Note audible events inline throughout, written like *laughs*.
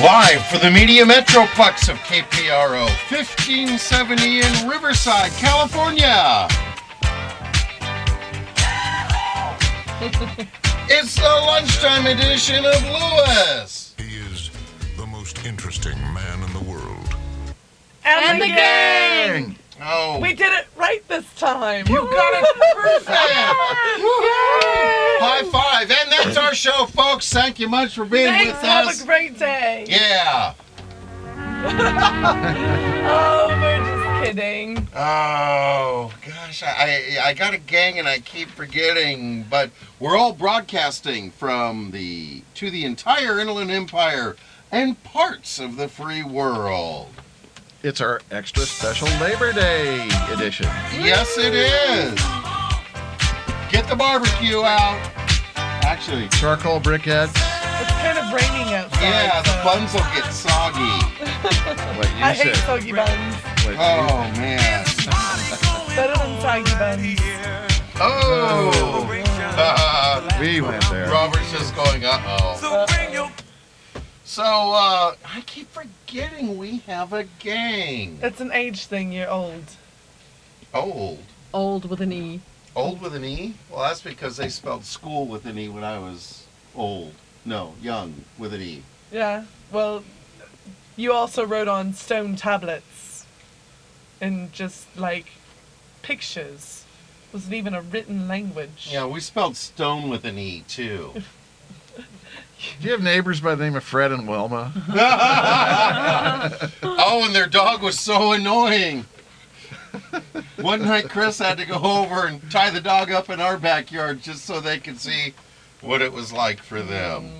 Live for the Media Metroplex of KPRO 1570 in Riverside, California. *laughs* it's the lunchtime edition of Lewis. He is the most interesting man in the world. And, the gang. Oh, We did it right this time. you got it *laughs* perfect. High five. And that's our show, folks. Thank you much for being Thanks. with Have us. a great day. yeah. Oh, we're just kidding. Oh gosh, I, I I got a gang and I keep forgetting, but we're all broadcasting from the to the entire Inland Empire and parts of the free world. It's our extra special Labor Day edition. Yes, it is. Get the barbecue out. Actually, Charcoal briquette. It's kind of raining outside. yeah, the so- buns will get soggy. What you I hate said. soggy buns. what you- Oh man. Better than soggy buns. Oh. *laughs* Uh, we went there. Robert's just going. Uh oh. So uh, I keep forgetting we have a gang. It's an age thing. You're old. Old. Old with an E. Old with an E? Well, that's because they spelled school with an E when I was old. No, young with an E. Yeah. Well, you also wrote on stone tablets, and just like pictures. Wasn't even a written language. Yeah, we spelled stone with an E too. Do you have neighbors by the name of Fred *laughs* and Wilma? Oh, and their dog was so annoying. One night, Chris had to go over and tie the dog up in our backyard just so they could see what it was like for them.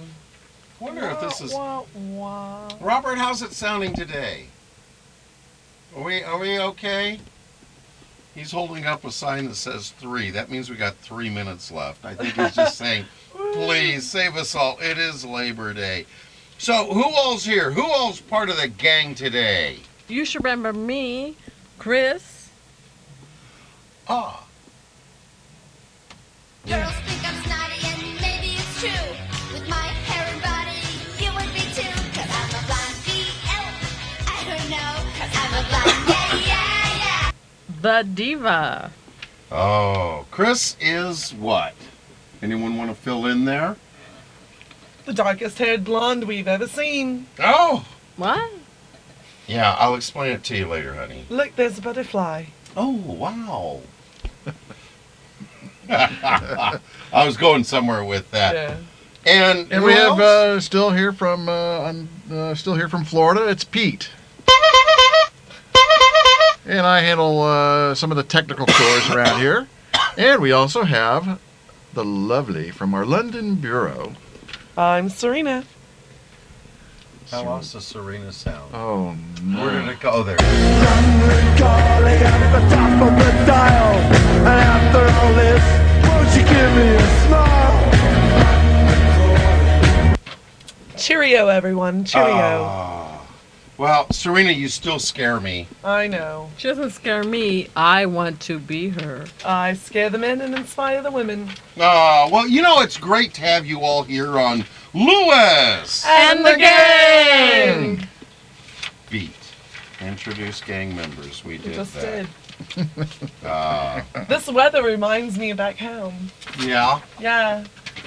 Wonder if this is Wah, wah, wah. Robert. How's it sounding today? Are we are we okay? He's holding up a sign that says three. That means we got three minutes left. I think he's *laughs* just saying, "Please save us all. It is Labor Day." So who all's here? Who all's part of the gang today? You should remember me, Chris. Ah, Girls think I'm snotty and maybe it's true. With my hair and body, you would be too. Cause I'm a blonde BL. I don't know, cause I'm a blonde. Yeah, yeah, yeah. The Diva. Oh, Chris is what? Anyone want to fill in there? The darkest haired blonde we've ever seen. Oh! What? Yeah, I'll explain it to you later, honey. Look, there's a butterfly. Oh, wow. *laughs* I was going somewhere with that. Yeah. And, And who we else? have uh, still here from uh, I'm uh, still here from Florida. It's Pete. And I handle uh, some of the technical chores around here. And we also have the lovely from our London bureau. I'm Serena. I lost the Serena sound. Oh Where did no! it go? Oh, there. Calling at the top of the dial And after all this, won't you give me a smile? Cheerio, everyone. Cheerio. Ah. well, Serena, you still scare me. I know. She doesn't scare me. I want to be her. I scare the men and inspire the women. Ah, well, you know, it's great to have you all here on Lewis! And the gang! Beat. Introduce gang members. We We did just that. did. *laughs* Ah. This weather reminds me of back home. Yeah. Yeah.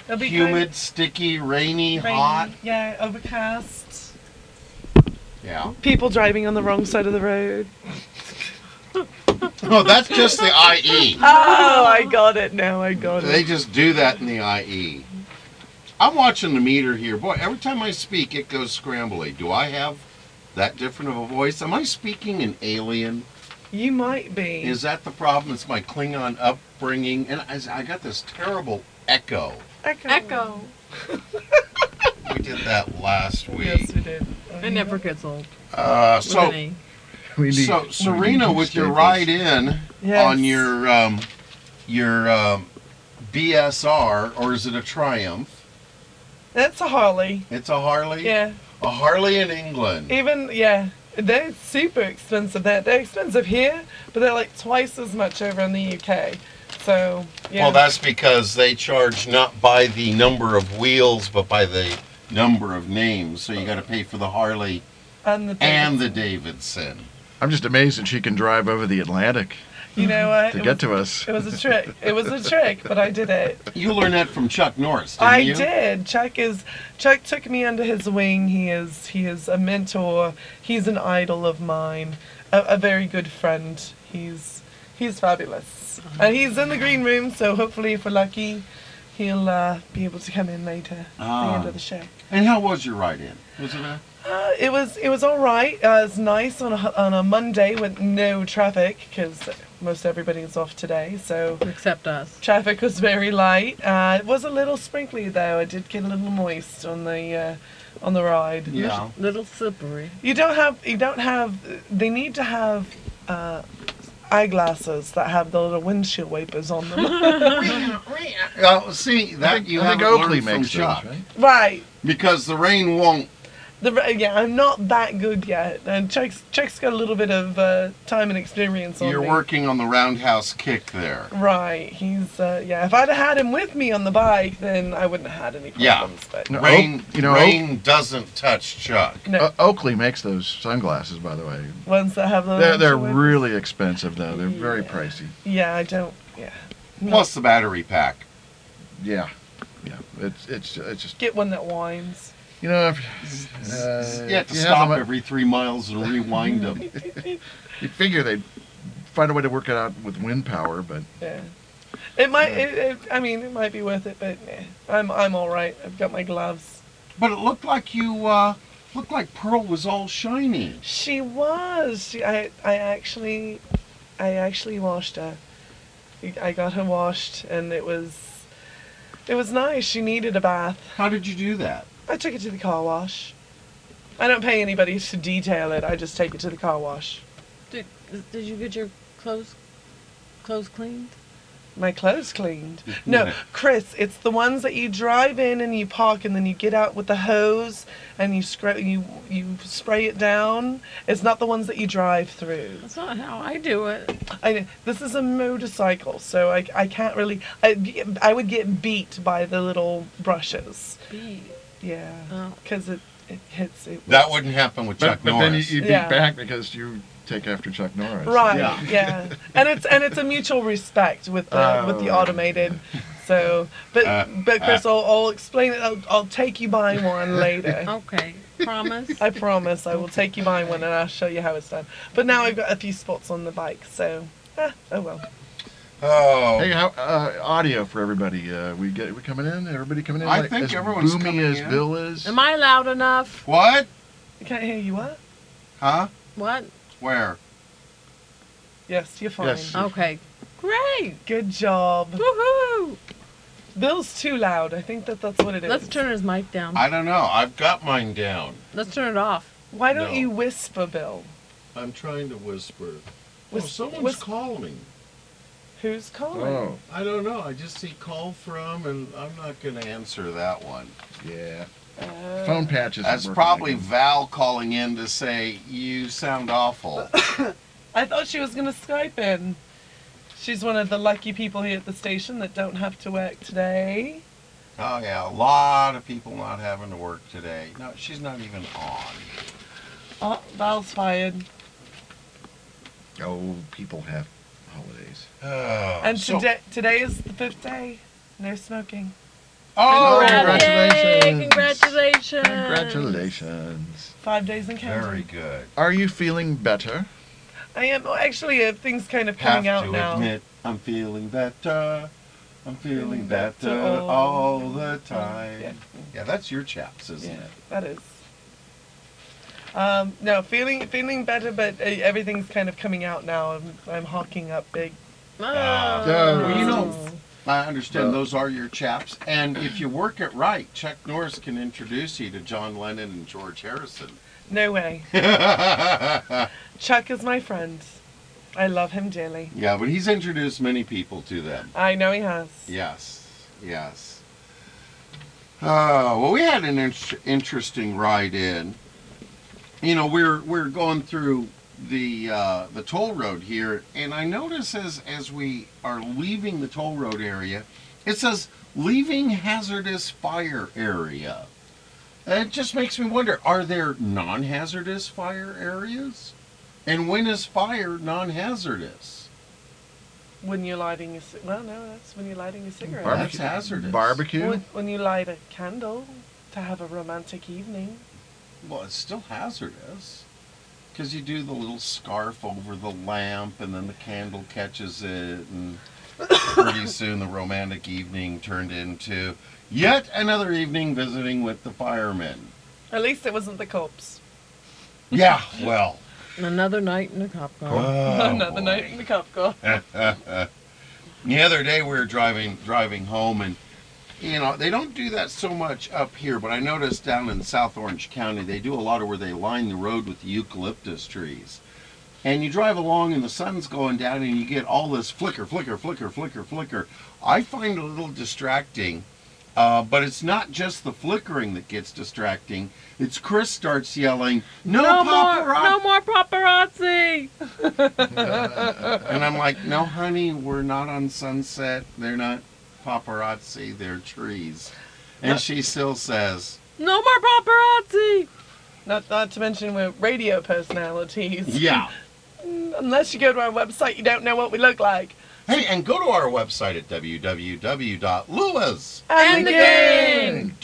It'll be kind Humid, sticky, rainy, of rainy. hot. Yeah, overcast. Yeah. *laughs* People driving on the wrong side of the road. No, that's just the E. IE. Oh, I got it now. I got They it. just do that in the IE. I'm watching the meter here. Boy, every time I speak, it goes scrambly. Do I have that different of a voice? Am I speaking an alien? You might be. Is that the problem? It's my Klingon upbringing. And I, I got this terrible echo. Echo. Echo. We did that last week. Yes, we did. It never gets old. Uh, with so, an E. We need- we so need Serena, new with your staples. ride in, Yes. on your um, your um, BSR, or is it a Triumph? That's a Harley. It's a Harley. Yeah. A Harley in England. Even yeah, they're super expensive. That they're expensive here, but they're like twice as much over in the UK. So yeah. Well, that's because they charge not by the number of wheels, but by the number of names, so you got to pay for the Harley And the and the Davidson. I'm just amazed that she can drive over the Atlantic you know what? to It get was, to us. it was a trick. It was a trick, but I did it. You learned that from Chuck Norris, didn't I you? did. Chuck is Chuck took me under his wing. He is he is a mentor. He's an idol of mine. A, a very good friend. He's he's fabulous. Uh-huh. And he's in the green room, so hopefully if we're lucky, he'll uh, be able to come in later at the end Ah. of the show. And how was your ride in? Was it a Uh, it was it was all right. Uh, it's nice on a, on a Monday with no traffic because most everybody is off today. So Except us. traffic was very light. Uh, it was a little sprinkly though. I did get a little moist on the uh, on the ride. yeah? Little slippery. You don't have you don't have. They need to have uh, eyeglasses that have the little windshield wipers *laughs* on them. Oh, see that I think, you I think haven't Oakley learned from makes Chuck those, right? right. because the rain won't. The, re- yeah, I'm not that good yet, and Chuck's, Chuck's got a little bit of uh, time and experience on You're me. working on the roundhouse kick there. Right, he's uh, yeah. If I'd have had him with me on the bike, then I wouldn't have had any Yeah. problems. But No, rain, Oak- you know, rain doesn't touch Chuck. no, O- Oakley makes those sunglasses, by the way. ones that have the They're, they're windshield wipers- really expensive, though. They're very Oh, Yeah. pricey. Yeah, I don't. Yeah, Plus the battery pack. Yeah, yeah. It's it's it's just get one that winds. you know if Uh, you have to you have stop the mo- every three miles and rewind them. you figure they'd find a way to work it out with wind power, but Yeah, it might. It, it, I mean, it might be worth it, but eh, I'm I'm all right. I've got my gloves. But it looked like you uh, looked like Pearl was all shiny. She was. She, I I actually, I actually washed her. I got her washed, and it was, it was nice. She needed a bath. How did you do that? I took it to the car wash. I don't pay anybody to detail it. I just take it to the car wash. Did, did you get your clothes clothes cleaned? My clothes cleaned. No, Yeah. Chris, it's the ones that you drive in and you park, and then you get out with the hose and you scrub, you you spray it down. It's not the ones that you drive through. That's not how I do it. I, this is a motorcycle, so I, I can't really. I, I would get beat by the little brushes. Be- Yeah, Oh. because it, it hits it. That wouldn't happen with Chuck but, but then you, Norris. you beat Yeah. back because you take after Chuck Norris. Right. Yeah. Yeah. And it's and it's a mutual respect with the with the Oh. automated. So, but Uh, but Chris, I'll, I'll explain it. I'll, I'll take you by one later. Okay. Promise. I promise. I will take you by one, and I'll show you how it's done. But now I've got a few spots on the bike, so ah, oh well. oh, Hey, how, uh, audio for everybody. Uh, we get we coming in. Everybody coming in. I like, think as everyone's boomy coming as in. Bill is. Am I loud enough? what? I can't hear you. What? Huh? What? Where? Yes, you're fine. Oh, Yes. Okay. *laughs* Great. Good job. Woohoo! Bill's too loud. I think that that's what it is. Let's turn his mic down. I don't know. I've got mine down. Let's turn it off. Why don't No. you whisper, Bill? I'm trying to whisper. Whis- oh, someone's whis- calling. Who's calling? Oh, I don't know. I just see call from, and I'm not going to answer that one. yeah. Uh, Phone patches. That's probably Val calling in to say you sound *laughs* awful. I thought she was going to Skype in. She's one of the lucky people here at the station that don't have to work today. Oh yeah, a lot of people not having to work today. No, she's not even on. *sighs* Oh, Val's fired. Oh, people have holidays. Oh, and so- today, today is the fifth day. No smoking. Oh, Congrats. Yay! Congratulations. Congratulations. Congratulations. Five days in counting. very good. Are you feeling better? I am. Oh, actually, uh, things kind of Have coming out to now. admit, I'm feeling better. I'm feeling Feeling better better all all the the time. Yeah. Yeah. that's your chaps, isn't Yeah, it? that is. Um, no, feeling feeling better, but uh, everything's kind of coming out now. I'm I'm hawking up big. Ah. Oh. Well, you know- I understand those are your chaps. And if you work it right, Chuck Norris can introduce you to John Lennon and George Harrison. No way. *laughs* yeah, Chuck is my friend. I love him dearly. but he's introduced many people to them. I know he has. Yes, yes. Uh, well, we had an in- interesting ride in. You know, we're we're going through the uh, the toll road here, and I notice as as we are leaving the toll road area, it says leaving hazardous fire area. And it just makes me wonder are there non hazardous fire areas? And when is fire non hazardous? When you're lighting your ci- well, no, that's when you're lighting your cigarette. Barbecue. That's hazardous. Barbecue. When, when you light a candle to have a romantic evening. Well, it's still hazardous because you do the little scarf over the lamp and then the candle catches it, and pretty soon the romantic evening turned into yet another evening visiting with the firemen. At least it wasn't the cops. Yeah, well. Another night in a cop car. Another night in the cop car. The other day we were driving driving home and you know they don't do that so much up here, but I noticed down in South Orange County they do a lot of where they line the road with eucalyptus trees. And you drive along and the sun's going down and you get all this flicker, flicker, flicker, flicker, flicker. I find it a little distracting. Uh, but it's not just the flickering that gets distracting. It's Chris starts yelling, "No, No more, paparazzi!" no more paparazzi. And I'm like, no, honey, we're not on sunset. They're not paparazzi. They're trees. And she still says, No more paparazzi. Not, not to mention we're radio personalities. yeah. Unless you go to our website, you don't know what we look like. *laughs* Hey, and go to our website at www.luas.com. And again.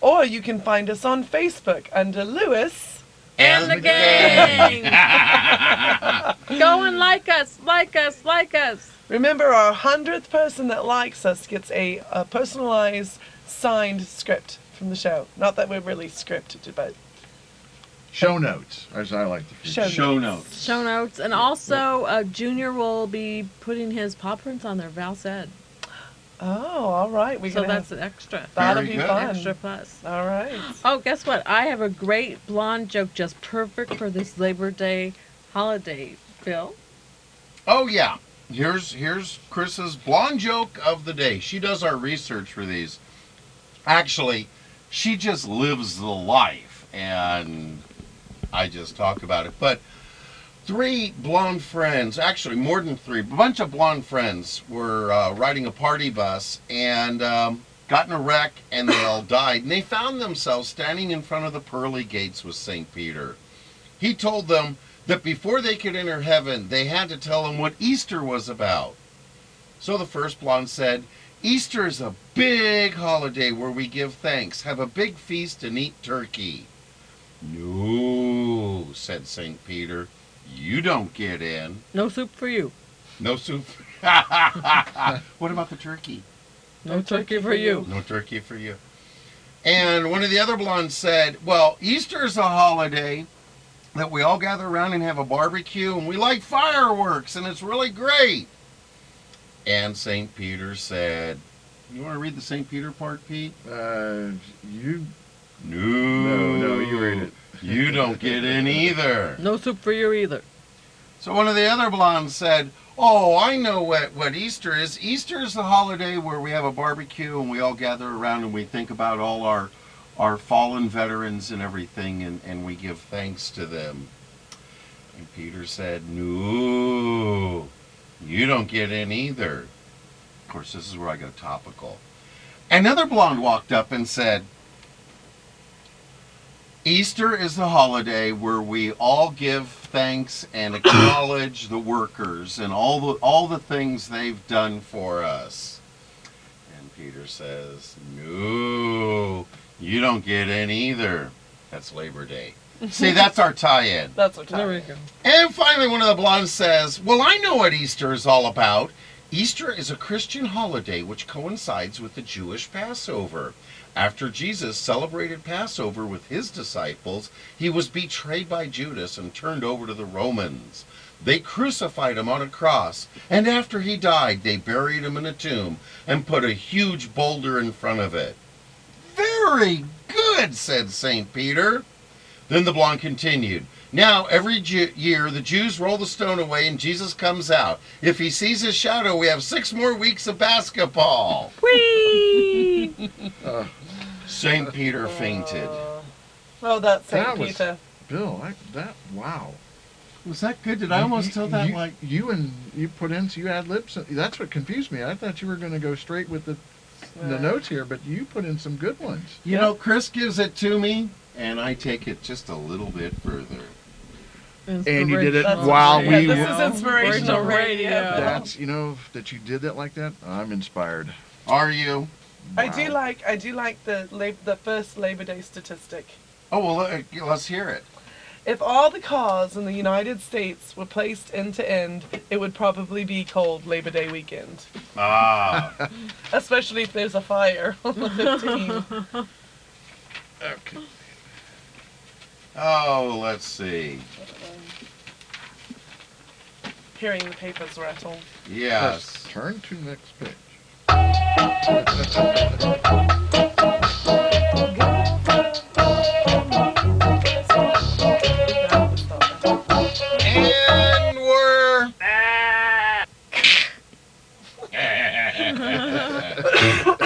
Or you can find us on Facebook under Lewis. And the *laughs* gang. Go and like us, like us, like us. Remember, our hundredth person that likes us gets a, a personalized signed script from the show. Not that we're really scripted, but Show notes, as I like to. feature. show, Show notes. notes. Show notes, and also uh, Junior will be putting his paw prints on there. Val said, Oh, all right. We're so gonna that's have, an extra, that'll Very be good. fun. extra plus. All right. Oh, guess what? I have a great blonde joke, just perfect for this Labor Day holiday. Phil, Oh yeah. Here's here's Chris's blonde joke of the day. She does our research for these. Actually, she just lives the life and I just talk about it. But three blonde friends, actually more than three, a bunch of blonde friends were uh, riding a party bus and um, got in a wreck and they all *coughs* died. And they found themselves standing in front of the pearly gates with St. Peter. He told them that before they could enter heaven, they had to tell him what Easter was about. So the first blonde said, Easter is a big holiday where we give thanks, have a big feast, and eat turkey. No, said St. Peter, you don't get in. no soup for you, No soup. *laughs* what about the turkey? no, turkey, for you. No turkey for you. And one of the other blondes said, Well, Easter is a holiday that we all gather around and have a barbecue and we like fireworks and it's really great. And St. Peter said, You want to read the St. Peter part, Pete? Uh, you No. no no you read it. You don't get in either. No soup for you either. So one of the other blondes said, Oh, I know what, what Easter is. Easter is the holiday where we have a barbecue and we all gather around and we think about all our our fallen veterans and everything and, and we give thanks to them. And Peter said, No, you don't get in either. Of course, this is where I go topical. Another blonde walked up and said, Easter is the holiday where we all give thanks and acknowledge the workers and all the all the things they've done for us. And Peter says, "No, you don't get in either. That's Labor Day." See, that's our tie-in. That's what There we time. go. And finally, one of the blondes says, Well, I know what Easter is all about. Easter is a Christian holiday which coincides with the Jewish Passover. After Jesus celebrated Passover with his disciples, he was betrayed by Judas and turned over to the Romans. They crucified him on a cross, and after he died, they buried him in a tomb and put a huge boulder in front of it. Very good, said St. Peter. Then the blonde continued. Now, every Ju- year, the Jews roll the stone away and Jesus comes out. If he sees his shadow, we have six more weeks of basketball. Whee! *laughs* St. Peter fainted. Oh, that's That St. was- Peter. Bill, I, that wow. Was that good? Did You- you, you and you put in so you ad libs. That's what confused me. I thought you were going to go straight with the the notes here, but you put in some good ones. You know, Chris gives it to me, and I take it just a little bit further. And you did it Inspirational while we radio. this is inspirational Original radio. That's you know that you did that like that. I'm inspired. Are you? I do like I do like the lab, the first Labor Day statistic. Oh, well, let- let's hear it. If all the cars in the United States were placed end to end, it would probably be cold Labor Day weekend, *laughs* Ah. especially if there's a fire on the *laughs* 15th. Okay. oh, let's see. Hearing the papers rattle. Yes. Turn to next *laughs* page. And we're. *laughs*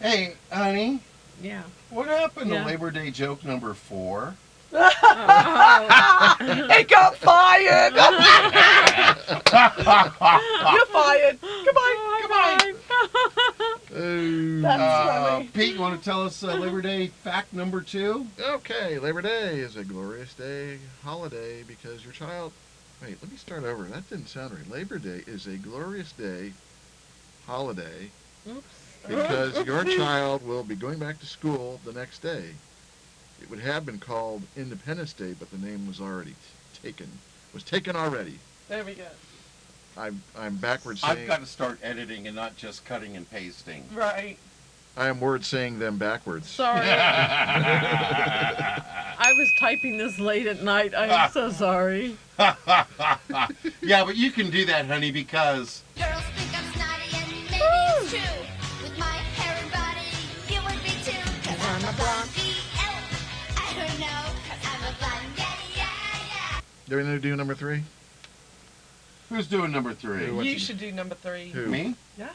hey, honey, Yeah. what happened Yeah. to Labor Day joke number four? Oh, *laughs* It got fired. You're fired. Goodbye. Goodbye. oh, Oh, That's Uh, funny. Pete, you want to tell us uh, Labor Day fact number two? okay, Labor Day is a glorious day, holiday because your child. Wait, let me start over. That didn't sound right. Labor Day is a glorious day, holiday because your child will be going back to school the next day. It would have been called Independence Day, but the name was already t- taken. Was taken already. There we go. I'm I'm backwards I've saying got to start editing and not just cutting and pasting. Right. I am word saying them backwards. *laughs* Sorry. I was typing this late at night. I'm so sorry. Yeah, but you can do that, honey, because Girls think I'm snotty and maybe it's true. With my hair and body, you would be too. Cause I'm a blonde BL. I don't know, cause I'm a blonde, yeah, yeah, yeah. Do we need to do number three? who's doing number three? Who wants You to- should do number three. Who? Me? Yeah.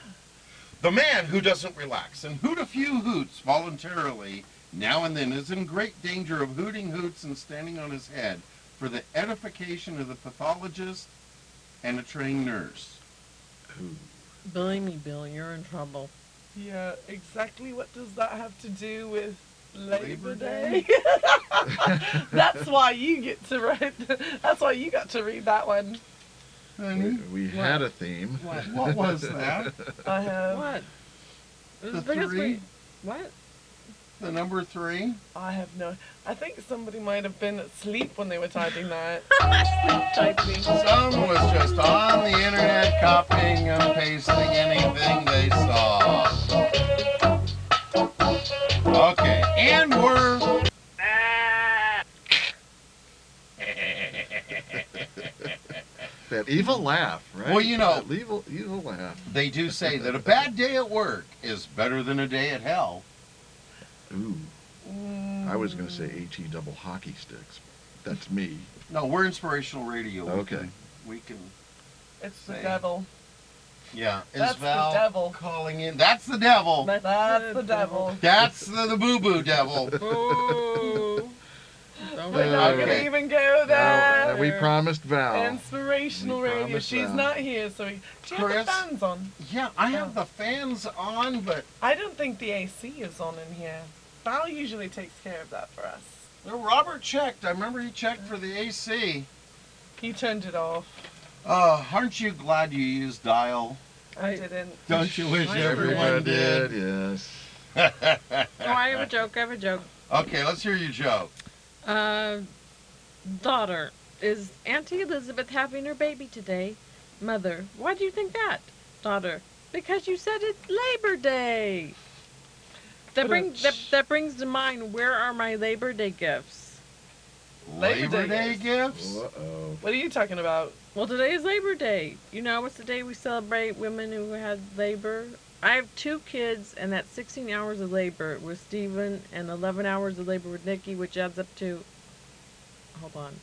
The man who doesn't relax and hoot a few hoots voluntarily now and then is in great danger of hooting hoots and standing on his head for the edification of the pathologist and a trained nurse. Believe me, Bill, you're in trouble. Yeah. Exactly. What does that have to do with Labor Labor Day? Day? *laughs* that's why you get to read. That's why you got to read that one. We, Honey, we had a theme. What? what was that? I have. What? It The was because we- three? What? The number three? I have no. I think somebody might have been asleep when they were typing that. Typing. Some was just on the internet copying and pasting anything they saw. Okay, and we're. That evil laugh, right? Well, you know- That evil, evil laugh. They do say that a bad day at work is better than a day at hell. Ooh, Mm, I was going to say H E double hockey sticks. That's me. No, we're inspirational radio. We Okay. can- we can. It's the Say. devil. Yeah. Is That's the Val devil. calling in? That's the devil. That's That's the devil. That's the, the boo boo *laughs* devil. Ooh. Don't *laughs* We're not Okay. gonna even go Now, there. now we promised Val. Inspirational We radio. promised She's that. not here, so we. Do you have Chris? the fans on? Yeah, I have the fans on, but I don't think the AC is on in here. Val usually takes care of that for us. Robert checked. I remember he checked for the AC. He turned it off. Uh, aren't you glad you used dial? I I- didn't. Don't you wish Everyone did, yes. Oh, I have a joke. I have a joke. Okay, let's hear your joke. Uh, daughter, is Auntie Elizabeth having her baby today? Mother, why do you think that? Daughter, because you said it's Labor Day. That brings that, that brings to mind where are my Labor Day gifts? Labor, Labor Day Day, is- gifts? Uh oh. What are you talking about? Well, today is Labor Day. You know, it's the day we celebrate women who had labor. I have two kids, and that's 16 hours of labor with Steven and 11 hours of labor with Nikki, which adds up to, hold on,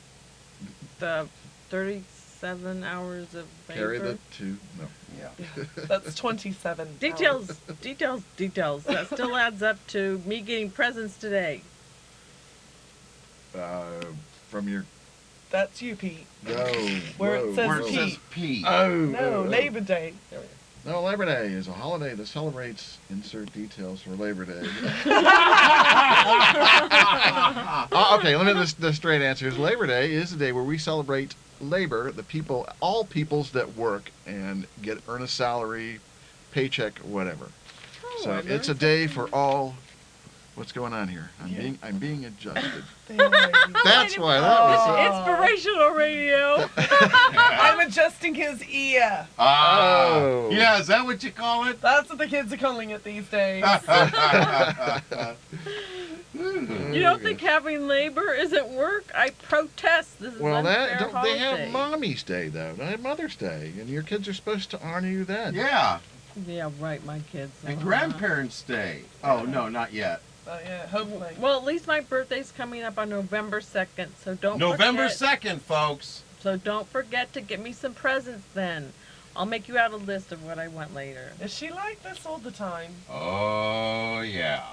the 37 hours of labor. Carry the two. No. Yeah. *laughs* That's 27. Details, hours. details, details. That still adds up to me getting presents today. Uh, from your. That's you, Pete. No. Where it whoa, says Where it whoa. Pete. says P. Oh. No, oh, oh. Labor Day. No, Labor Day is a holiday that celebrates insert details for Labor *laughs* Day. Uh, okay, let me this the straight answer is Labor Day is the day where we celebrate labor, the people, all peoples that work and get earn a salary, paycheck, whatever. so Oh, I it's a learned day for all. What's going on here? I'm Yeah. being I'm being *laughs* adjusted. *laughs* Thank you. That's why that was. Oh. Inspirational radio. I'm adjusting his ear. Ah, Oh. yeah, is that what you call it? That's what the kids are calling it these *laughs* days. Hmm. You *laughs* don't think having labor isn't work? I protest. This is Well, unfair that don't holiday. they have Mommy's Day though? They have Mother's Day, and your kids are supposed to honor you then. yeah, Yeah, right. My kids. and uh-huh. Grandparents' Day. Oh no, not yet. Oh, yeah, hopefully. Well, at least my birthday's coming up on November second, so Oh, don't November forget. second, folks. So don't forget to get me some presents then. I'll make you out a list of what I want later. Is she like this all the time? Oh yeah.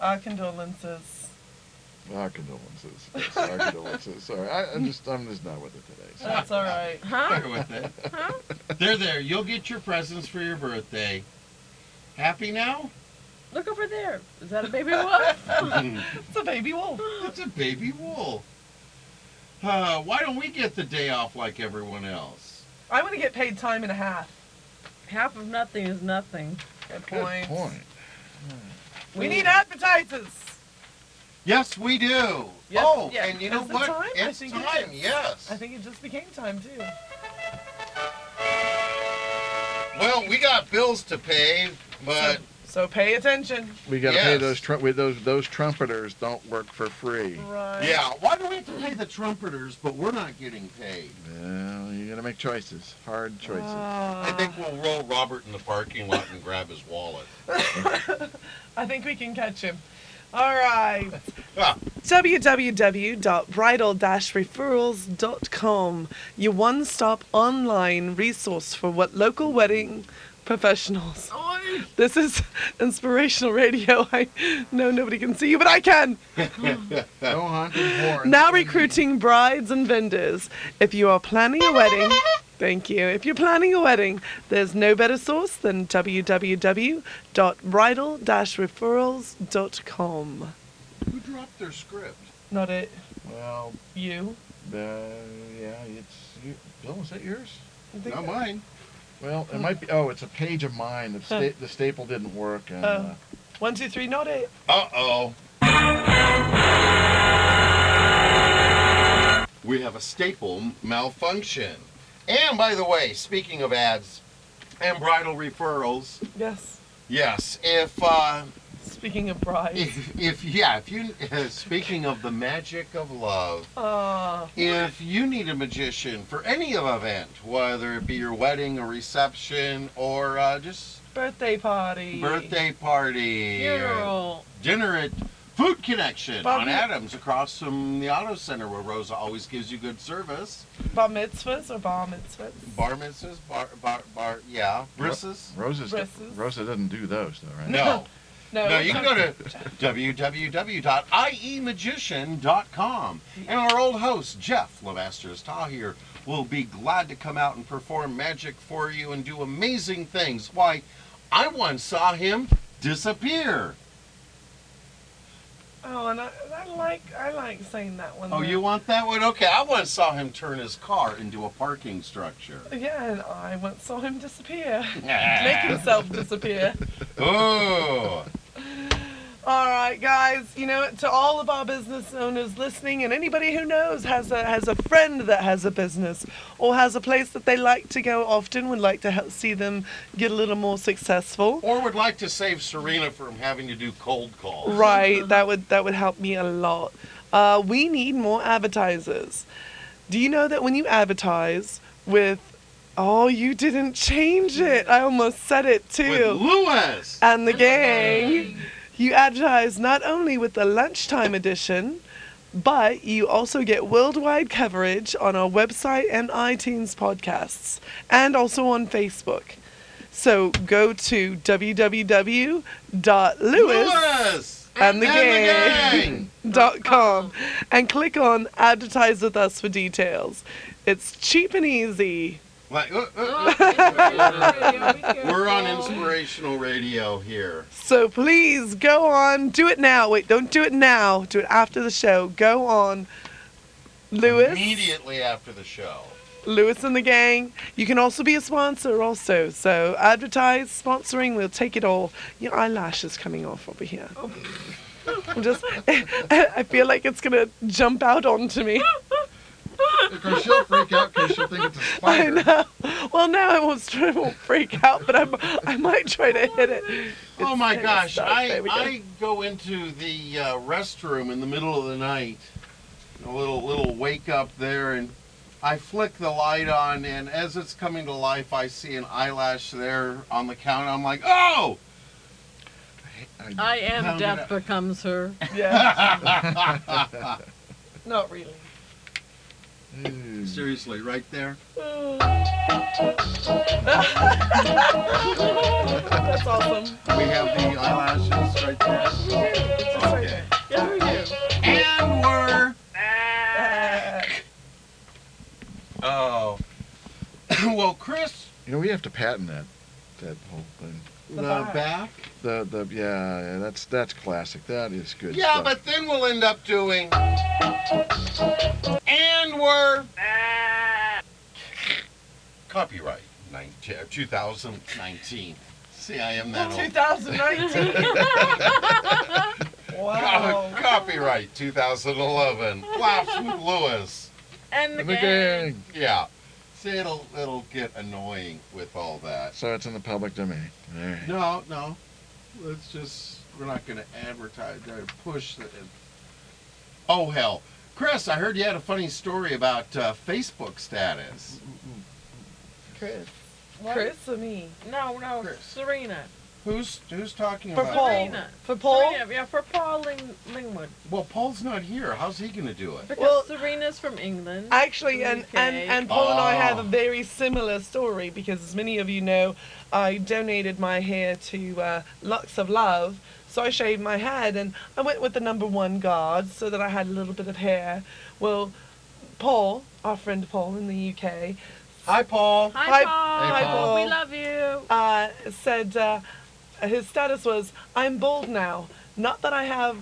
Our condolences. Our condolences. Yes, our condolences. Sorry, I, I'm just I'm just not with it today. So. That's all right. Huh? Bear *laughs* with it. Huh? They're there. You'll get your presents for your birthday. Happy now? Look over there. Is that a baby wolf? *laughs* It's a baby wolf. That's a baby wool. Uh, why don't we get the day off like everyone else? I want to get paid time and a half. *laughs* Half of nothing is nothing. Good Good point. point. We need appetizers. Yes, we do. Yes, oh, yes. and you know Is it what? time? I It's think it time. is. Yes. I think it just became time too. well, we got bills to pay, but So pay attention. We gotta pay Yes. those trump. with those those trumpeters don't work for free. Right. yeah. Why do we have to pay the trumpeters, but we're not getting paid? Well, you gotta make choices, hard choices. Uh, *laughs* I Ah, think we'll roll Robert in the parking lot and grab his wallet. I think we can catch him. All right. Ah. www.bridal-referrals.com, your one-stop online resource for what local wedding professionals. This is inspirational radio. I know nobody can see you, but I can. No honking horns. Now recruiting brides and vendors. If you are planning a wedding, thank you. If you're planning a wedding, there's no better source than www.bridal-referrals.com. Who dropped their script? Not it, Well, you. uh, yeah, it's you, Bill. Is that yours? I think- Not mine. Well, it might be. Oh, it's a page of mine. The, sta- the staple didn't work, and uh, Oh. One, two, three, not it. Uh oh. We have a staple malfunction. And by the way, speaking of ads and bridal referrals, Yes. yes, if uh, Speaking of brides. if, if yeah, if you *laughs* speaking of the magic of love, Ah, if you need a magician for any event, whether it be your wedding, a reception, or uh, just birthday party. birthday party, or Funeral. dinner at Food Connection on Bobby. Adams across from the auto center where Rosa always gives you good service. Bar mitzvahs or bar mitzvahs? Bar mitzvahs, bar, bar, bar, yeah, brisses. Rosa's Dresses. Rosa doesn't do those though, right? No, No. no, you can go to E www.iemagician.com and our old host, Jeff Lavasters Ta here, will be glad to come out and perform magic for you and do amazing things. Why, I once saw him disappear. Oh, and I, I like I like saying that one. Oh, there. you want that one? Okay, I once saw him turn his car into a parking structure. Yeah, and I once saw him disappear. *laughs* Make himself disappear. *laughs* Oh, All right, guys. You know, to all of our business owners listening, and anybody who knows has a has a friend that has a business or has a place that they like to go often, would like to help see them get a little more successful. or would like to save Serena from having to do cold calls. Right, that would that would help me a lot. Uh, we need more advertisers. Do you know that when you advertise with, oh, you didn't change it. I almost said it too. With Lewis. and the gang. You advertise not only with the lunchtime edition, but you also get worldwide coverage on our website and iTunes podcasts, and also on Facebook. So go to www.lewis.com and the gang. and click on Advertise with Us for details. It's cheap and easy. Like, uh, uh, Oh, inspirational radio, be we're on careful. inspirational radio here. So please go on. Do it now. Wait, don't do it now. Do it after the show. Go on. Lewis. Immediately after the show. Lewis and the gang. You can also be a sponsor also. So advertise, sponsoring, we'll take it all. Your eyelash is coming off over here. I'm just *laughs* I feel like it's gonna jump out onto me. *laughs* Of course, she'll freak out because she'll think it's a *laughs* I spider. know. Well now I won't, str- I won't freak out, but I'm, I might try to hit it. oh It's my kinda gosh, stuck. I, There we go. I go into the uh, restroom in the middle of the night, a little little wake up there, and I flick the light on, and as it's coming to life, I see an eyelash there on the counter. I'm like, oh! I, I am Pound it up. death *laughs* becomes her. Yeah. Not really. Mm. Seriously, right there. That's awesome. We have the eyelashes right there. Okay. Yeah, we do. And we're. Oh. *coughs* well, Chris, You know, we have to patent that, that whole thing. the, back. back. The the yeah, yeah, that's that's classic. That is good. Yeah, stuff. but then we'll end up doing. And we're. Copyright uh, 19, 2019. See, I am *laughs* that *laughs* old. 2019. wow. Co- Copyright 2011. Laughs with Lewis. And the And the gang. gang. Yeah. See, it'll it'll get annoying with all that. So it's in the public domain. All right. No, no. Let's just. We're not going to advertise. They're push. The, oh hell, Chris! I heard you had a funny story about uh, Facebook status. Chris. What? Chris or me? No, no, Chris. Serena. Who's who's talking For about? Paul. Serena. For Paul? Serena, yeah, for Paul Ling- Lingwood. Well, Paul's not here. How's he going to do it? Because Well- Serena's from England. Actually, and, and, Okay. and Paul and I have a Oh. very similar story because, as many of you know, I donated my hair to uh, Lux of Love. So I shaved my head and I went with the number one guard so that I had a little bit of hair. Well, Paul, our friend Paul in the UK, Hi, Paul. Hi, Hi- Paul. Oh. Hey, Paul. We love you. uh, said uh, his status was I'm bald now. Not that I have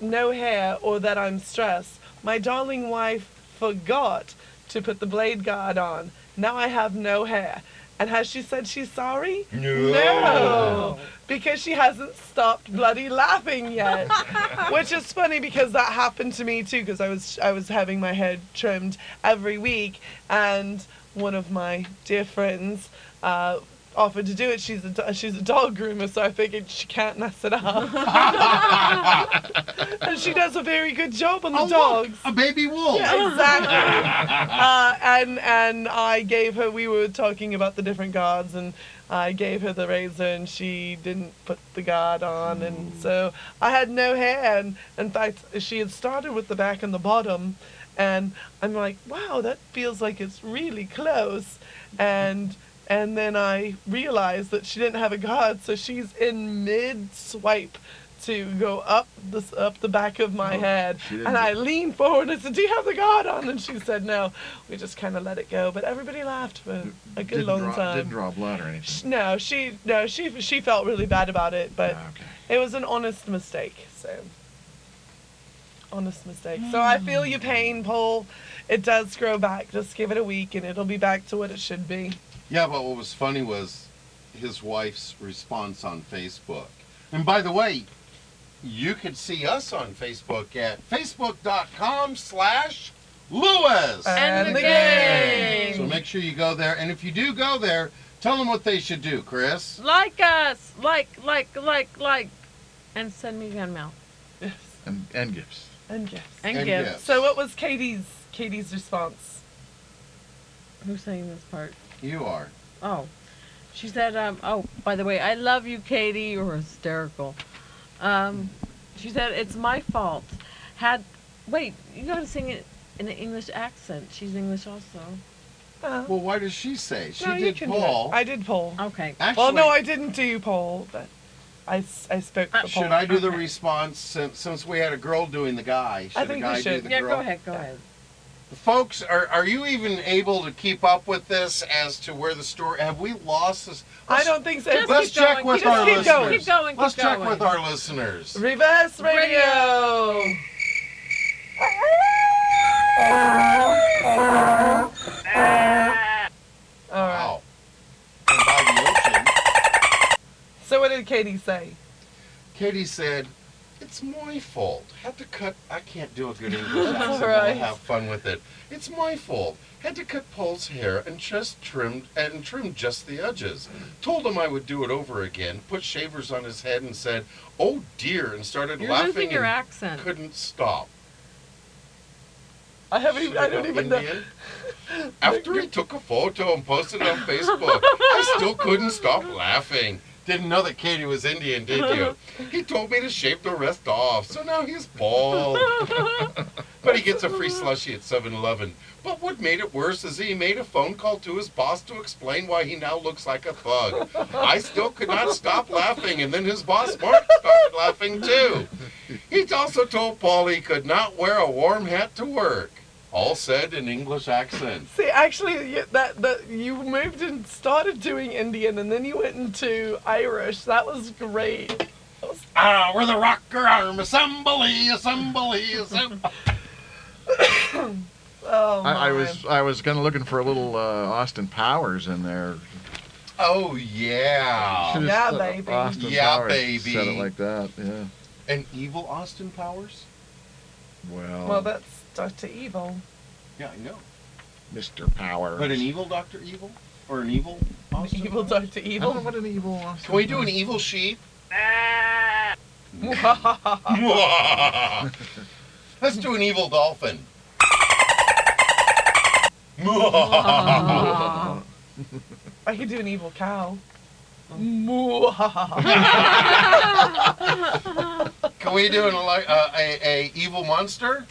no hair or that I'm stressed. My darling wife forgot to put the blade guard on. Now I have no hair. And has she said she's sorry? No. No. Because she hasn't stopped bloody laughing yet. Which is funny because that happened to me too because I was I was having my head trimmed every week and one of my dear friends uh, offered to do it. She's a do- she's a dog groomer, so I figured she can't mess it up. *laughs* and she does a very good job on the Oh, look, dogs. a baby wolf. Yeah, exactly. uh, and and I gave her. We were talking about the different guards, and I gave her the razor, and she didn't put the guard on, and so I had no hair. And in fact, she had started with the back and the bottom, and I'm like, wow, that feels like it's really close, and. And then I realized that she didn't have a guard, so she's in mid swipe to go up the up the back of my head, Oh, she didn't and do- I leaned forward and said, "Do you have the guard on?" And she said, "No." We just kind of let it go, but everybody laughed for a good didn't long draw, time. Didn't draw blood or Sh- anything. No, she no she she felt really bad about it, but Ah, okay. it was an honest mistake. So honest mistake. So I feel Mm. your pain, Paul. It does grow back. Just give it a week, and it'll be back to what it should be. Yeah, but what was funny was his wife's response on Facebook. And by the way, you can see us on Facebook at facebook.com slash Lewis. And And the the gang. So make sure you go there. And if you do go there, tell them what they should do, Chris. Like us. Like, like, like, like. And send me gun mail. And, and gifts. And yes. And, And gifts. gifts. So what was Katie's Katie's response? Who's saying this part? You are. Oh. She said, um, oh, by the way, I love you, Katie. You're hysterical. Um, she said, it's my fault. Had, wait, you gotta sing it in an English accent. She's English also. Uh, Well, why does she say? She no, you did can do it. Paul. I did Paul. Okay. Actually, Well, no, I didn't do Paul, but I, s- I spoke for Uh, Paul. should I do the Okay. response since, since we had a girl doing the guy? Should think we the guy should. do the Yeah, girl? go ahead, go ahead. folks, are, are you even able to keep up with this as to where the story? Have we lost this? I don't think so. Just Let's keep check going, with keep our going, keep listeners. going, keep going, Let's keep check going. with our listeners. Reverse radio. All right. Wow. Oh. And by the ocean, So what did Katie say? Katie said, "It's my fault. Had to cut. I can't do a *laughs* good English accent. Right. We'll have fun with it. It's my fault. Had to cut Paul's hair and just trimmed and trimmed just the edges. Told him I would do it over again. Put shavers on his head and said, "Oh dear," and started You're laughing losing your and accent. *laughs* couldn't stop. I haven't. Even, I don't even know. Indian. After he took a photo and posted it on Facebook, I still couldn't stop laughing. Didn't know that Katie was Indian, did you? He told me to shave the rest off, so now he's bald. Oh. but he gets a free slushie at 7 Eleven. But what made it worse is he made a phone call to his boss to explain why he now looks like a thug. I still could not stop laughing, and then his boss, Mark, started laughing too. He also told Paul he could not wear a warm hat to work. All said in English accents. See, actually, you, that that you moved and started doing Indian, and then you went into Irish. That was great. Ah, we're the rocker arm assembly, assembly, assembly. Oh my. I, I was I was kind of looking for a little uh, Austin Powers in there. Oh *laughs* yeah, Should've Yeah, said baby. Austin Yeah, Powers. baby. Said it like that. Yeah. an evil Austin Powers. Well, um, Well, that's Doctor Evil. Yeah, I know. Mr. Powers. But an evil Doctor Evil or an evil Austin. Evil Powers? Doctor I don't *laughs* Evil. *laughs* know what an evil Austin. Can we do an Powers- evil sheep? Mwahaha. Let's do an evil dolphin. *laughs* *laughs* Aw. I could do an evil cow. Mwahaha. Can we do an ele- uh, a, a evil monster?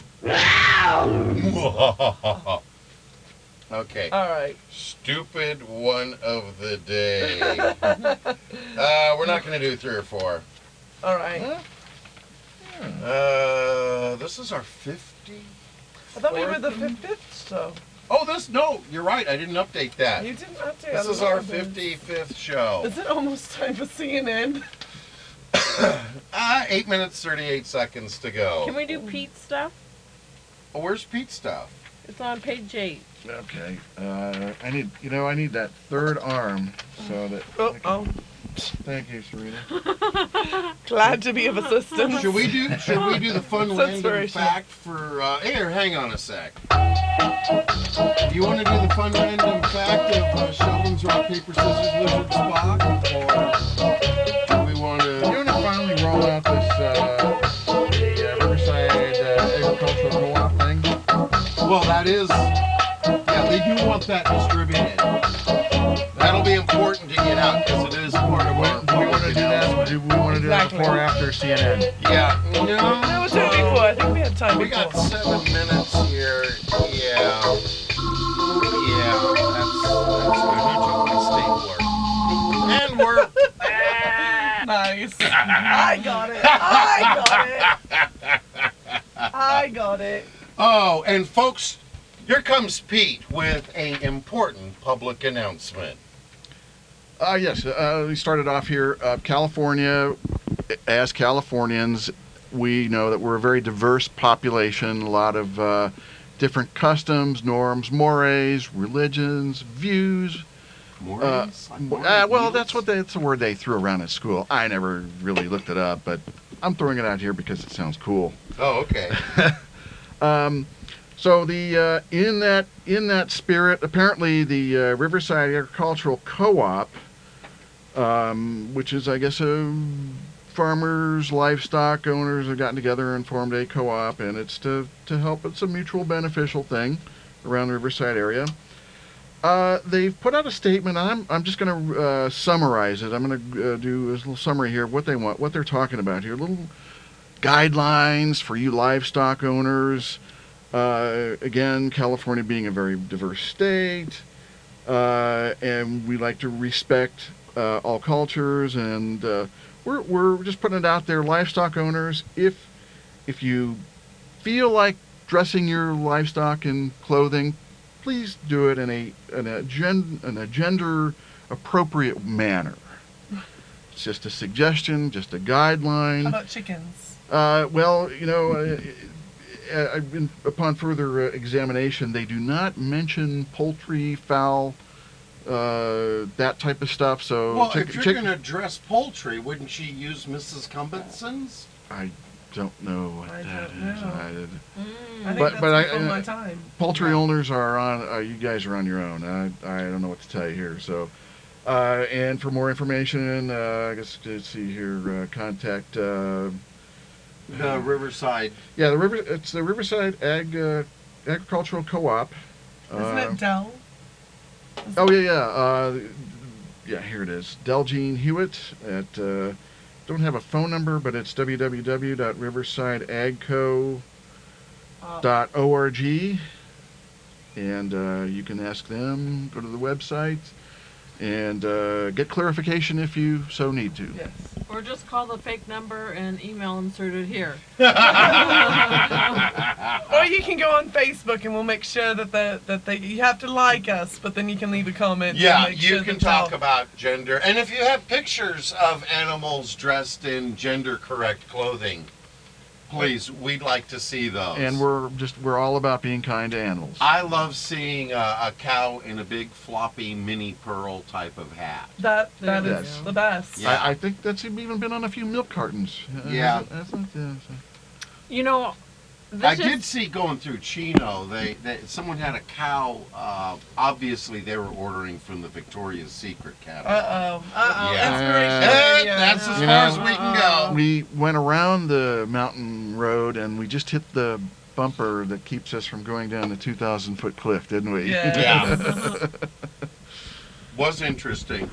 okay. All right. Stupid one of the day. uh, we're not going to do three or four. All right. Uh, this is our 50. I thought we were the fif- fifth show. Oh, this, no, you're right. I didn't update that. You didn't have to. I This don't is know our what it is. 55th show. Is it almost time for CNN? Ah, 8 minutes 38 seconds to Can go. we do Pete's stuff? Oh, where's Pete's *laughs* stuff? It's on page eight. e- Okay. Uh, I need you know I need that third arm so that. Oh, oh. Thank you, Serena. Glad to be of *laughs* assistance. Should we do should we *laughs* do the fun random Censoration. fact for uh here, hang on a sec. Do you want to do the fun random fact of uh, Sheldon's rock, paper, scissors, lizard, Spock? Or do we want You to want to finally roll out this uh, the, uh, Riverside uh, agricultural co-op thing? Well that is yeah, they do want that distributed. That'll be important to get out because it is part of our Do we want to do that? Do we want to do that Exactly. before or after CNN? Yeah. No, we did it before. I think we had time We before. got seven minutes here. Yeah. Yeah. That's, that's good. You took my stapler. And we're. Nice. *laughs* I got it. I got it. I got it. Oh, and folks, here comes Pete with a important public announcement. Uh, yes, uh, we started off here. Uh, California, as Californians, we know that we're a very diverse population, a lot of uh, different customs, norms, mores, religions, views. Uh, uh, well, that's what they, that's the word they threw around at school. I never really looked it up, but I'm throwing it out here because it sounds cool. Oh, okay. Um, So the uh, in that in that spirit, apparently the uh, Riverside Agricultural Co-op, um, which is I guess a farmers, livestock owners have gotten together and formed a co-op, and it's to to help. It's a mutual beneficial thing around the Riverside area. Uh, they've put out a statement. and I'm I'm just going to uh, summarize it. I'm going to uh, do a little summary here of what they want, what they're talking about here. Little guidelines for you livestock owners. Uh, again, California being a very diverse state, uh, and we like to respect uh, all cultures, and uh, we're, we're just putting it out there, livestock owners. If if you feel like dressing your livestock in clothing, please do it in a in a, gen, in a gender appropriate manner. It's just a suggestion, just a guideline. How about chickens? Uh, well, you know, uh, uh, I've been, upon further uh, examination, they do not mention poultry, fowl, uh, that type of stuff. So, Well, chick- if you're chick- going to dress poultry, wouldn't she use Mrs. Cumbinson's? I don't know what I that is. don't know. I- I think But- that's but I- before I- uh, my time. poultry owners are on. Uh, you guys are on your own. I I don't know what to tell you here. So. Uh, and for more information, uh, I guess let's see here. Uh, contact uh, The Riverside. yeah the river. It's the Riverside Ag uh, Agricultural Co-op. Isn't Uh, it Dell? Is Oh it- yeah, yeah, uh, yeah. Here it is. Delgene Hewitt at. Uh, don't have a phone number, but it's www.riversideagco.org, and uh, you can ask them. Go to the website and uh, get clarification if you so need to. Yes. Or just call the fake number and email inserted here. Or you can go on Facebook and we'll make sure that the, that they you have to like us, but then you can leave a comment. to Yeah, make you sure can that they'll- talk about gender. And if you have pictures of animals dressed in gender correct clothing, please, we'd like to see those. And we're just we're all about being kind to animals. I love seeing a, a cow in a big floppy mini pearl type of hat. That that is Yes. the best. Yeah. I, I think that's even been on a few milk cartons. Uh, Yeah. hasn't- hasn't it? Uh, You know, this I is, did see going through Chino, they, they someone had a cow. Uh, obviously, they were ordering from the Victoria's Secret catalog. Uh oh. Uh oh. Yeah. Inspirational. Eh, video. that's as You far as know- we can go. Uh, We went around the mountain road and we just hit the bumper that keeps us from going down the 2,000 foot cliff, didn't we? *laughs* Yes. *laughs* Was interesting.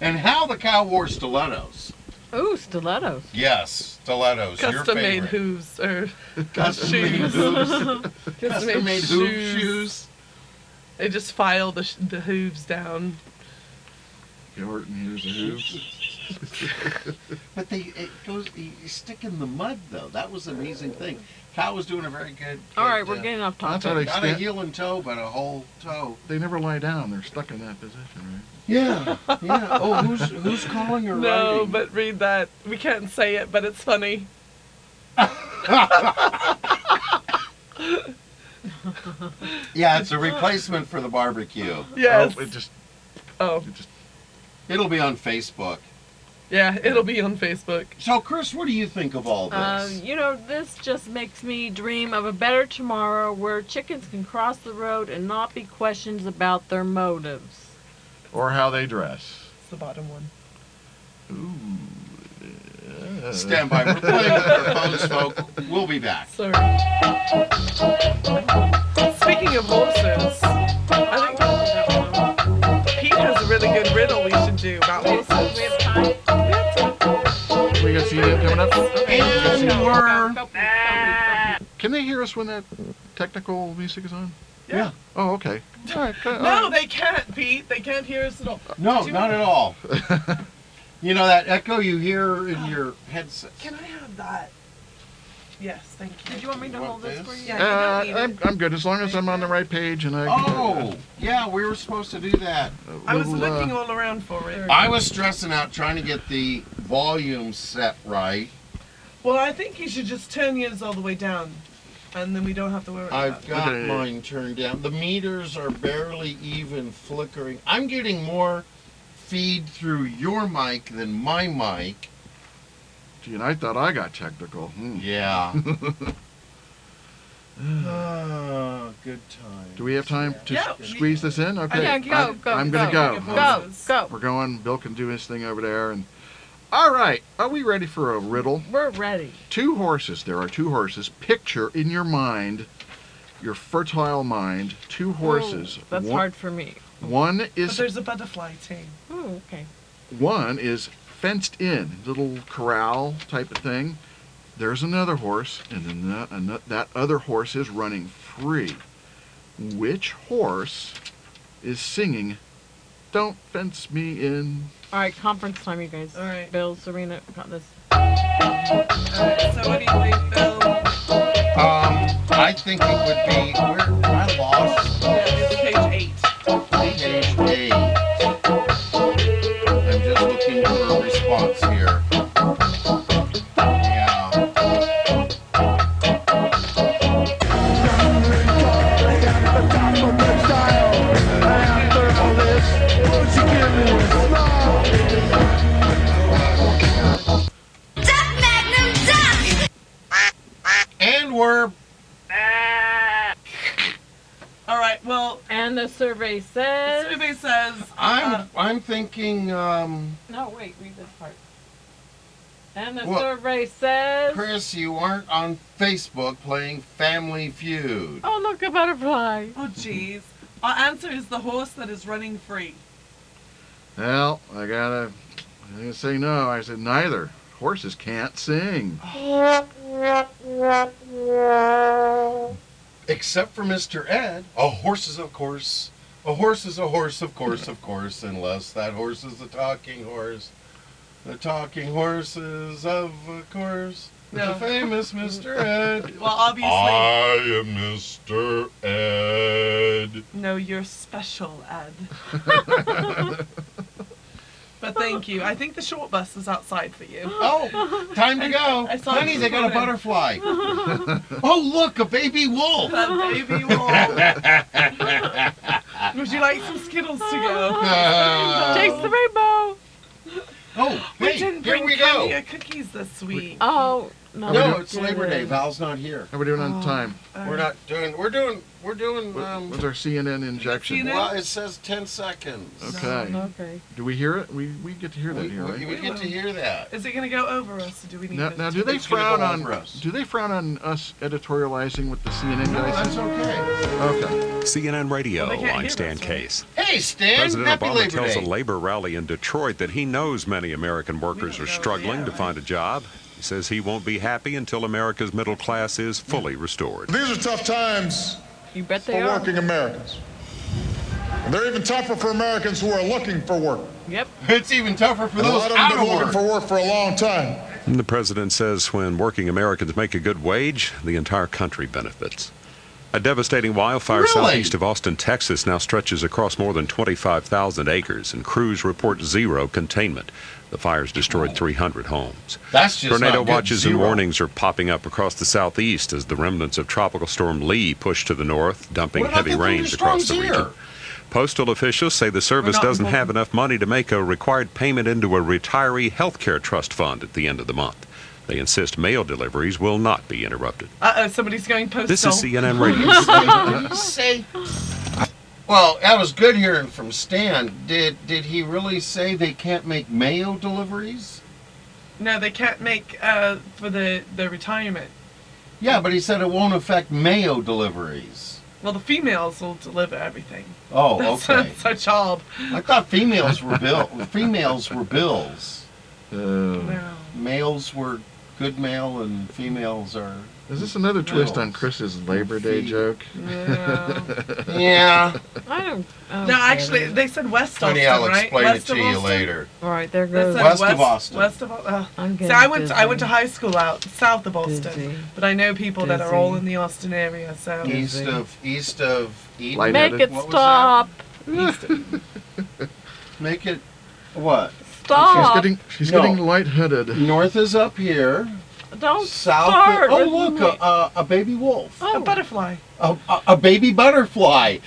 And how the cow wore stilettos. Ooh, stilettos. Yes, stilettos. Custom your made favorite. hooves or Custom-made shoes. *laughs* hooves. custom made hoof shoes. They just file the, sh- the hooves down. Horton, here's the hooves. But they it goes you you stick in the mud though. That was an amazing thing. Cow was doing a very good. All good, right, we're uh, getting off That's topic. how they Not a stand. heel and toe, but a whole toe. *laughs* They never lie down. They're stuck in that position, right? Oh, Yeah, yeah. Oh, who's who's calling or No, writing? but read that. We can't say it, but it's funny. yeah, it's a replacement for the barbecue. Yes. Oh, it just, Oh, it just, It'll be on Facebook. yeah. It'll be on Facebook. So, Chris, what do you think of all this? Um, you know, this just makes me dream of a better tomorrow where chickens can cross the road and not be questioned about their motives. or how they dress. It's the bottom one. Ooh. uh, Stand by. We're playing with our phones, folk. We'll be back. Sorry. Speaking of horses, I think Pete has a really good riddle we should do about horses. We have time. We got CNN coming up. And we're Go, go, go, Can they hear us when that technical music is on? Yeah. Oh, okay. All right. Uh, go- *laughs* all No, right. they can't, Pete. They can't hear us at all. no, Do you- not at all. You know that echo you hear in your headset. Can I have that? Yes, thank go. Did you. you want me to Want hold this for this? you? Yeah. Uh, I'm, I'm good as long as I'm on the right page and I. Oh, yeah, we were supposed to do that. I was we'll, uh, looking all around for it. I was stressing out trying to get the volume set right. Well, I think you should just turn yours all the way down, and then we don't have to worry about I've it. got Okay. mine turned down. The meters are barely even flickering. I'm getting more feed through your mic than my mic. Gee, and I thought I got technical. Hmm. *laughs* Yeah. Ah, good time. Do we have time to Yeah. s- squeeze this in? Okay. Yeah, I- go, go, I'm gonna go, go. Um, Go, go. We're going. Bill can do his thing over there. And all right, are we ready for a riddle? We're ready. Two horses. There are two horses. Picture in your mind, your fertile mind, two horses. Ooh, that's one, hard for me. One But is there's a butterfly team. Ooh, okay. one is fenced in, little corral type of thing. There's another horse, and then that, ano- that other horse is running free. Which horse is singing, Don't Fence Me In? All right, conference time, you guys. All right. Bill, Serena, got this. All right, so what do you think, Bill? Um, I think it would be where I lost Yeah, it's page eight. page eight. I'm just looking for a response here. Yeah. Duck Magnum Duck! And we're All right. Well, And the survey the says. survey says I'm Uh, I'm thinking um No, wait, read this part. And the What? survey says. Chris, you aren't on Facebook playing Family Feud. Oh, look, a butterfly. Oh, jeez. Our answer is the horse that is running free. Well, I gotta, I gotta say no. I said neither. Horses can't sing. Except for Mr. Ed. A horse is of course. A horse is a horse, of course, of course, unless that horse is a talking horse. The talking horses, of course. No. The famous *laughs* Mr. Ed. Well, obviously, I am Mr. Ed. no, you're special, Ed. but thank you. I think the short bus is outside for you. Oh, time to go. I saw Honey, you they got a before. *laughs* butterfly. oh, look, a baby wolf. That baby wall. Would you like some Skittles to go? Uh, Chase the rainbow. oh, We hey, didn't here bring we candy go. or cookies this week. Oh, no. No, it's Labor Day. Val's not here. How are we doing on Oh. time? We're not doing. We're doing. We're doing. What, Um, what's our CNN injection? CNN? well, it says ten seconds. Okay. Okay. Do we hear it? We we get to hear that We, here, we, right? we get to hear that. Is it going to go over us? Or do we need Now, to- now, do they It's gonna frown go on over us. do they frown on us editorializing what the CNN No, guy that's says? okay. Okay. CNN Radio, Well, they can't I'm hear Stan us, right? Case. Hey, Stan. President happy Obama Labor tells Day. a labor rally in Detroit that he knows many American workers don't are know, struggling yeah, to right. find a job. He says he won't be happy until America's middle class is fully restored. These are tough times You bet they for are. working Americans. And they're even tougher for Americans who are looking for work. Yep. It's even tougher for And a those lot of them out have been *laughs* looking of for work. work for a long time. And the president says when working Americans make a good wage, the entire country benefits. A devastating wildfire Really? southeast of Austin, Texas now stretches across more than 25,000 acres, and crews report zero containment. The fires destroyed 300 homes. That's just Tornado not good. watches and Zero. warnings are popping up across the southeast as the remnants of Tropical Storm Lee push to the north, dumping What about heavy the thunder rains across the storms region. here? Postal officials say the service not doesn't have involved. enough money to make a required payment into a retiree health care trust fund at the end of the month. They insist mail deliveries will not be interrupted. Uh-oh, somebody's going postal. This is uh, CNN *laughs* Radio. say? Well, that was good hearing from Stan. Did did he really say they can't make mail deliveries? No, they can't make uh, for the, the retirement. Yeah, but he said it won't affect mail deliveries. Well, the females will deliver everything. *laughs* Oh, That's, okay. that's our job. I thought females were bill females were bills. Uh, No. Males were good male and females *laughs* are is this another twist No. on Chris's Labor Day Fee. joke? No. Yeah. I don't. oh, I No, actually, they said West Honey, Austin, I'll right? explain West it to of you Austin? later. All right, there They goes. said West of Austin. West of Austin. I'm See, getting I went. To, I dizzy. went to high school out south of Austin, Dizzy. but I know people that are all Dizzy. in the Austin area. So East of east of Eden. Light Make United. it What was stop. Make it what? Stop. She's getting she's No. getting lightheaded. North is up here. don't South start. Oh with look, me. a, a, a baby wolf. a butterfly. A, a, a baby butterfly.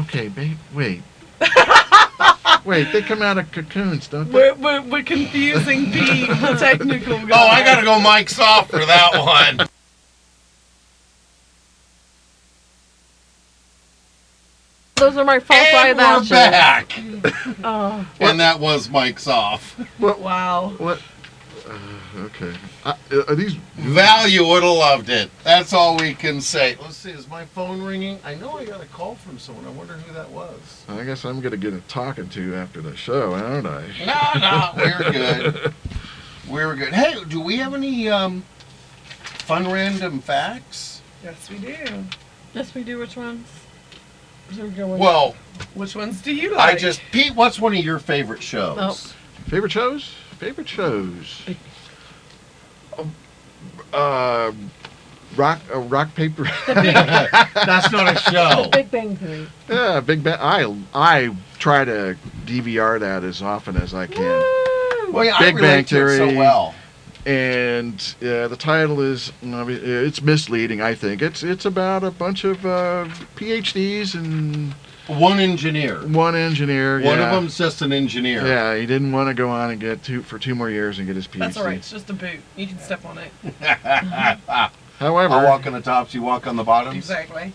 Okay, babe, wait. wait, they come out of cocoons, don't they? We're, we're, we're confusing being *laughs* the technical guy. Oh, I gotta go Mike's off for that one. Those are my false and we're eyelashes. back. Oh, And that was Mike's off. Wow. What? Uh, okay. Uh, are these? Value would have loved it. That's all we can say. Let's see, is my phone ringing? I know I got a call from someone. I wonder who that was. I guess I'm gonna get a talking to after the show, aren't I? No, no, we're good. We're good. Hey, do we have any um, fun random facts? Yes, we do. yes, we do. Which ones? Should we go with- Well, Which ones do you like? I just Pete. What's one of your favorite shows? Oh. Favorite shows? Favorite shows. uh, rock, uh, rock paper. That's not a show. *laughs* Big Bang Theory. yeah, Big Bang. I I try to DVR that as often as I can. Well, yeah, I Big Bang relate to it Theory. so well. and yeah, the title is I mean, it's misleading. I think it's it's about a bunch of uh, PhDs and One engineer. one engineer. One of yeah. them's just an engineer. Yeah, he didn't want to go on and get two for two more years and get his PhD. That's all right. It's just a boot. You can step on it. However, I walk on the tops, you walk on the bottoms. Exactly.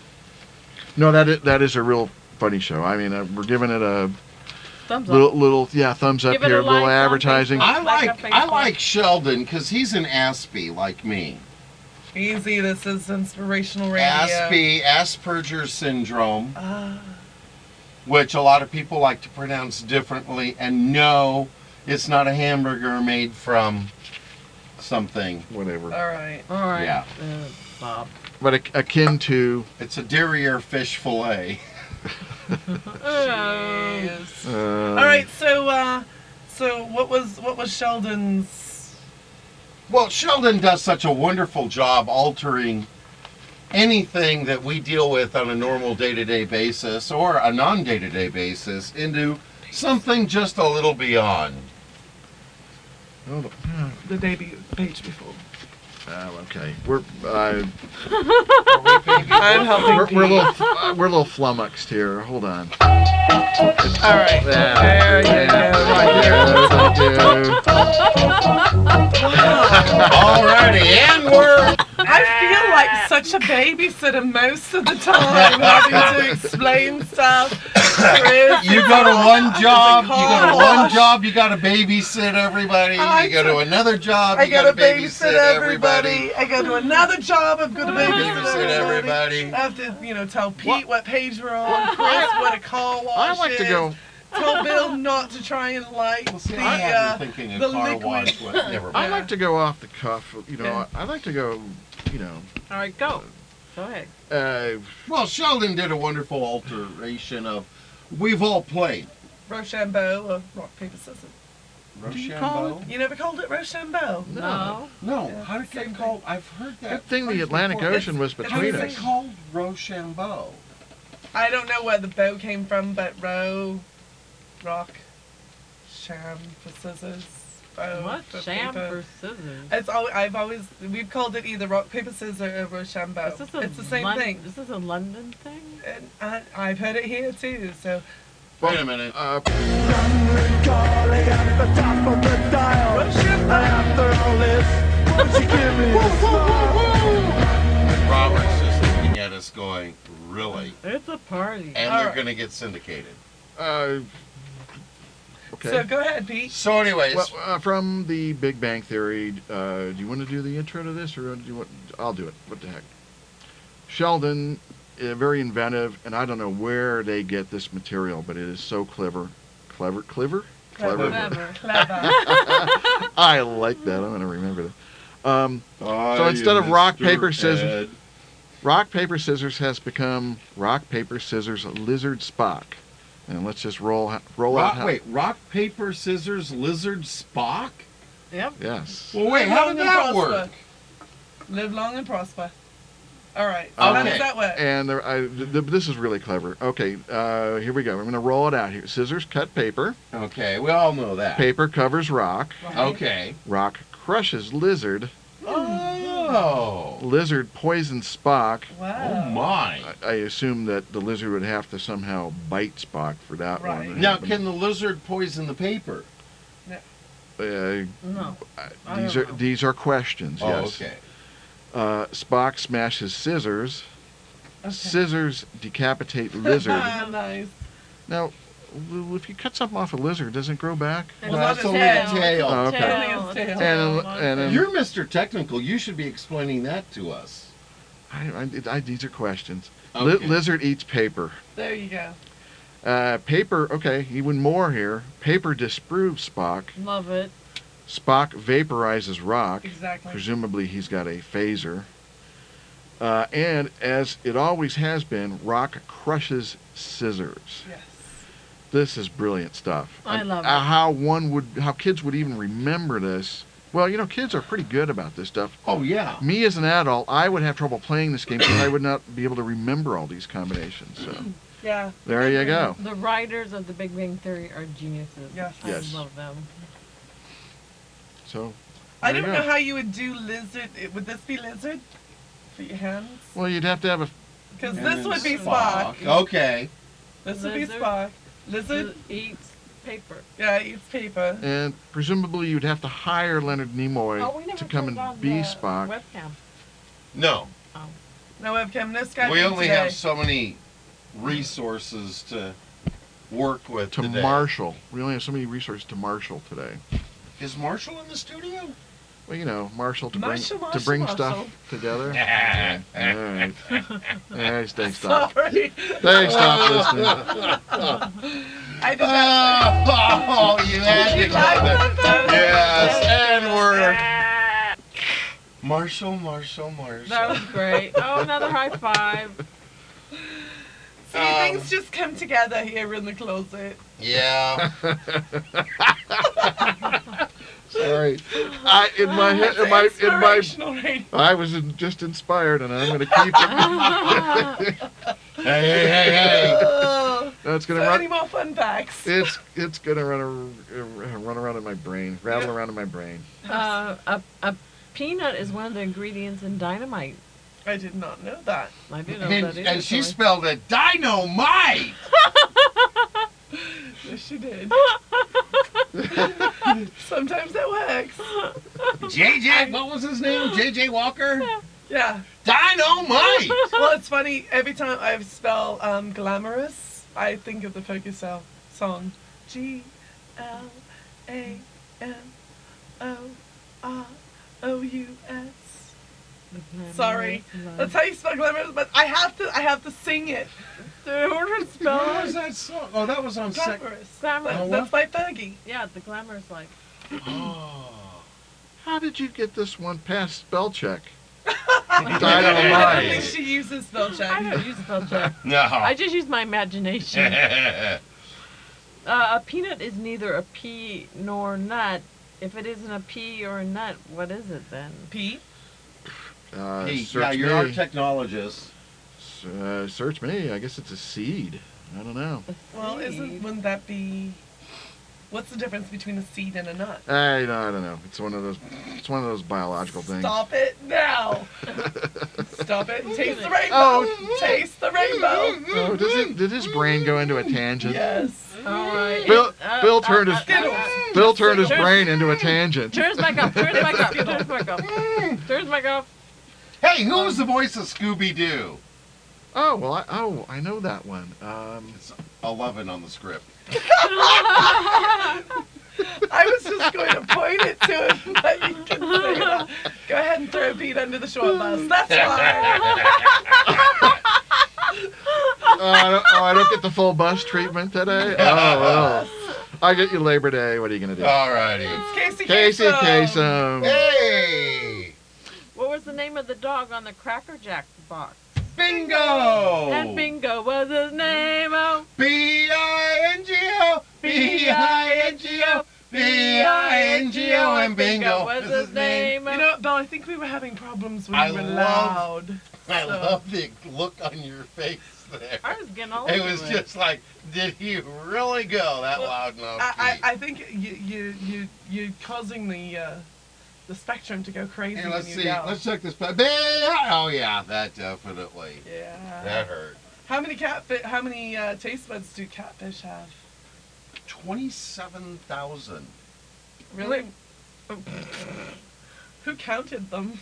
no, that is, that is a real funny show. I mean, uh, we're giving it a Thumbs little up. little yeah thumbs up Give it a here, like little on advertising. Facebook. I Like like a I Facebook. like Sheldon because he's an Aspie like me. Easy. This is inspirational radio. Aspie, Asperger's syndrome, Ah. which a lot of people like to pronounce differently. And no, it's not a hamburger made from something. Whatever, all right. All right. Yeah. Uh, Bob. but ac- akin to It's a derriere fish fillet. Yes. Oh. um, All right. So, uh, so what was what was Sheldon's? Well, Sheldon does such a wonderful job altering anything that we deal with on a normal day to day basis or a non day to day basis into something just a little beyond. Hold on. The day be- page before. Oh, okay. We're uh, I'm helping. we're, we're a Pete. little uh, we're a little flummoxed here. Hold on. All right. There Yeah. you go. Right there. Alrighty, and we're I feel like such a babysitter most of the time, *laughs* having to explain stuff. Chris, you go to *laughs* one job, you go to one gosh. job, you got to babysit everybody. I You go to took- another job, I you gotta got to babysit everybody. I go to another job. I've got to Babysit babysit everybody. everybody. I have to, you know, tell Pete what, page we're on, Chris what a car I wash like to is, go. Tell Bill not to try and light Well, the. see, I Uh, have been thinking the a car liquid- wash. was- *laughs* Never I mind. like to go off the cuff. You know, Yeah. I, I like to go. You know, All right, go. Go ahead. uh, Well, Sheldon did a wonderful alteration of We've All Played. Rochambeau or rock paper scissors. Do you call Rochambeau? You never called it Rochambeau. No. No, Yeah, how did same they thing. call I've heard that. Good thing the phrase Atlantic before. Ocean was it's How between did amazing. they us. call Rochambeau? I don't know where the bow came from, but row, rock, sham for scissors. Bow What? for Sham paper. for scissors. It's al- I've always we've called it either rock paper scissors or Rochambeau. Is this a It's the same Lon- thing. Is this a London thing? And I, I've heard it here too. So Wait a minute. Uh, Calling at the top of the dial. And after all this, won't you give me a smile? Robert's just looking at us going, really? It's a party. And All they're right. going to get syndicated. uh, okay. so go ahead, Pete. So, anyways, well, uh, from the Big Bang Theory, uh, do you want to do the intro to this, or do you want? I'll do it. What the heck? Sheldon, uh, very inventive, and I don't know where they get this material, but it is so clever, clever, clever, Clever. Whatever. Clever. *laughs* I like that. I'm gonna remember that. Um, so instead of rock paper scissors, rock paper scissors has become rock paper scissors lizard Spock, and let's just roll ho- roll out. rock, how- wait, rock, paper, scissors, lizard, Spock? Yep. Yes. Well, wait, how did Live long that and work? prosper. Live long and prosper. All right. So How Okay. does that work? And there, I, th- th- this is really clever. Okay, uh, here we go. I'm going to roll it out here. Scissors cut paper. Okay, we all know that. Paper covers rock. Okay. Rock crushes lizard. Oh. Lizard poisons Spock. Oh, Wow. my. I, I assume that the lizard would have to somehow bite Spock for that Right. one. to Now, happen. can the lizard poison the paper? uh, No. I these are don't know. these are questions. Oh, yes. okay. Uh, Spock smashes scissors. Scissors decapitate lizard. Ah, *laughs* nice. now, w- if you cut something off a lizard, does it grow back? And Well, not that's a only tail. the tail. Oh, okay. Tail, Only his tail. tail, And- and- tail. You're Mr. Technical. You should be explaining that to us. I, I, it- I, these are questions. Li- Okay. lizard eats paper. There you go. Uh, paper, okay, even more here. Paper disproves Spock. Love it. Spock vaporizes rock. Exactly. Presumably, he's got a phaser. Uh, and as it always has been, rock crushes scissors. Yes. This is brilliant stuff. I And, love uh, it. How one would, how kids would even remember this. Well, you know, kids are pretty good about this stuff. Oh yeah. Me as an adult, I would have trouble playing this game because I would not be able to remember all these combinations. So Yeah. there you go. The writers of The Big Bang Theory are geniuses. Yes. I Yes. love them. So I There don't you know go. how you would do lizard. it- Would this be lizard? For your hands? well, you'd have to have a Because And this then would be Spock. Spock. Okay. This would be Lizard. Spock. Who Lizard? eats paper? Yeah, it eats paper. and presumably you'd have to hire Leonard Nimoy Oh, we never to come turned on and be the Spock. Webcam. No. No webcam. This guy. we only have so many resources to work with to today. Marshall. We only have so many resources to Marshall today. Is Marshall in the studio? Well, you know, Marshall to Marshall, bring Marshall, to bring Marshall. stuff together. Yeah. All right. *laughs* Hey, stay stop. Sorry. Stay stop listening. I did Ah, *laughs* *laughs* not. Oh, you had to You like go that there. Yes, though? and we're. Marshall, Marshall, Marshall. Ah, That was great. Oh, another high *laughs* five. See, um, things just come together here in the closet. *laughs* Yeah. Sorry. I in my head in my in my *laughs* Inspirational radio. I was in, just inspired and I'm gonna keep it. hey, hey, hey, hey. Oh, That's gonna so any run. more fun facts? It's it's gonna run a, uh, run around in my brain, rattle around in my brain. Uh, a, a peanut is one of the ingredients in dynamite. I did not know that. I do know And, that is. and she actually. spelled it dynamite. Yes, *laughs* she did. *laughs* Sometimes that works. *laughs* JJ, what was his name? JJ Walker? Yeah. Dynamite. Well, it's funny. Every time I spell um, glamorous, I think of the Pocusel song. G L A M O R O U S. Sorry, that's how you spell glamorous, but I have to. I have to sing it. The order to spell What was it. that song? Oh, that was on sec. Glamorous. Glamorous. Oh, That's by Fergie. Yeah, the *laughs* glamorous life. Oh. How did you get this one past spell check? I don't think Dynamite. she uses spell I check. don't use spell check. *laughs* No. I just use my *laughs* imagination. Uh, a peanut is neither a pea nor nut. If it isn't a pea or a nut, what is it then? Pete. Uh, Hey, yeah, search you're me. our technologist. S- uh, search me. I guess it's a seed. I don't *laughs* know. A Well, seed. isn't wouldn't that be? What's the difference between a seed and a nut? I, I don't know. It's one of those. It's one of those biological things. Stop it *laughs* now! Stop it! and Taste the rainbow! Oh. Taste the rainbow! Oh, does it, did his brain go into a tangent? Yes. All right. Bill, Uh, Bill uh, turned his uh, uh, Bill turned his Turn- brain into a tangent. Turns back up. Turns back up. Turns *laughs* back up. Turns back up. Hey, who was the voice of Scooby Doo? Oh well, I, oh I know that one. Um, It's 11 on the script. I was just going to point it to him, but you can say that. Go ahead and throw a bead under the short bus. That's fine. oh, I don't, oh, I don't get the full bus treatment today. *laughs* Oh well, I get you Labor Day. What are you gonna do? Alrighty. It's Casey Casey Kasem. Kasem. Hey! What was the name of the dog on the Cracker Jack box? Bingo! And Bingo was his name. Oh, B-I-N-G-O! B-I-N-G-O! B-I-N-G-O and bingo! was This is his me. name. oh. You know, what, Bill, I think we were having problems when I you were love- loud. I So- love the look on your face there. I was getting all It into was just like, did he really go that Well, loud enough? I, I, I think you you you you're causing the uh, the spectrum to go crazy. Hey, let's when see. you yell. Let's check this. back. Oh yeah, that definitely. Yeah. That hurt. How many catfish? How many uh, taste buds do catfish have? Twenty-seven thousand. Really? Oh. Who counted them?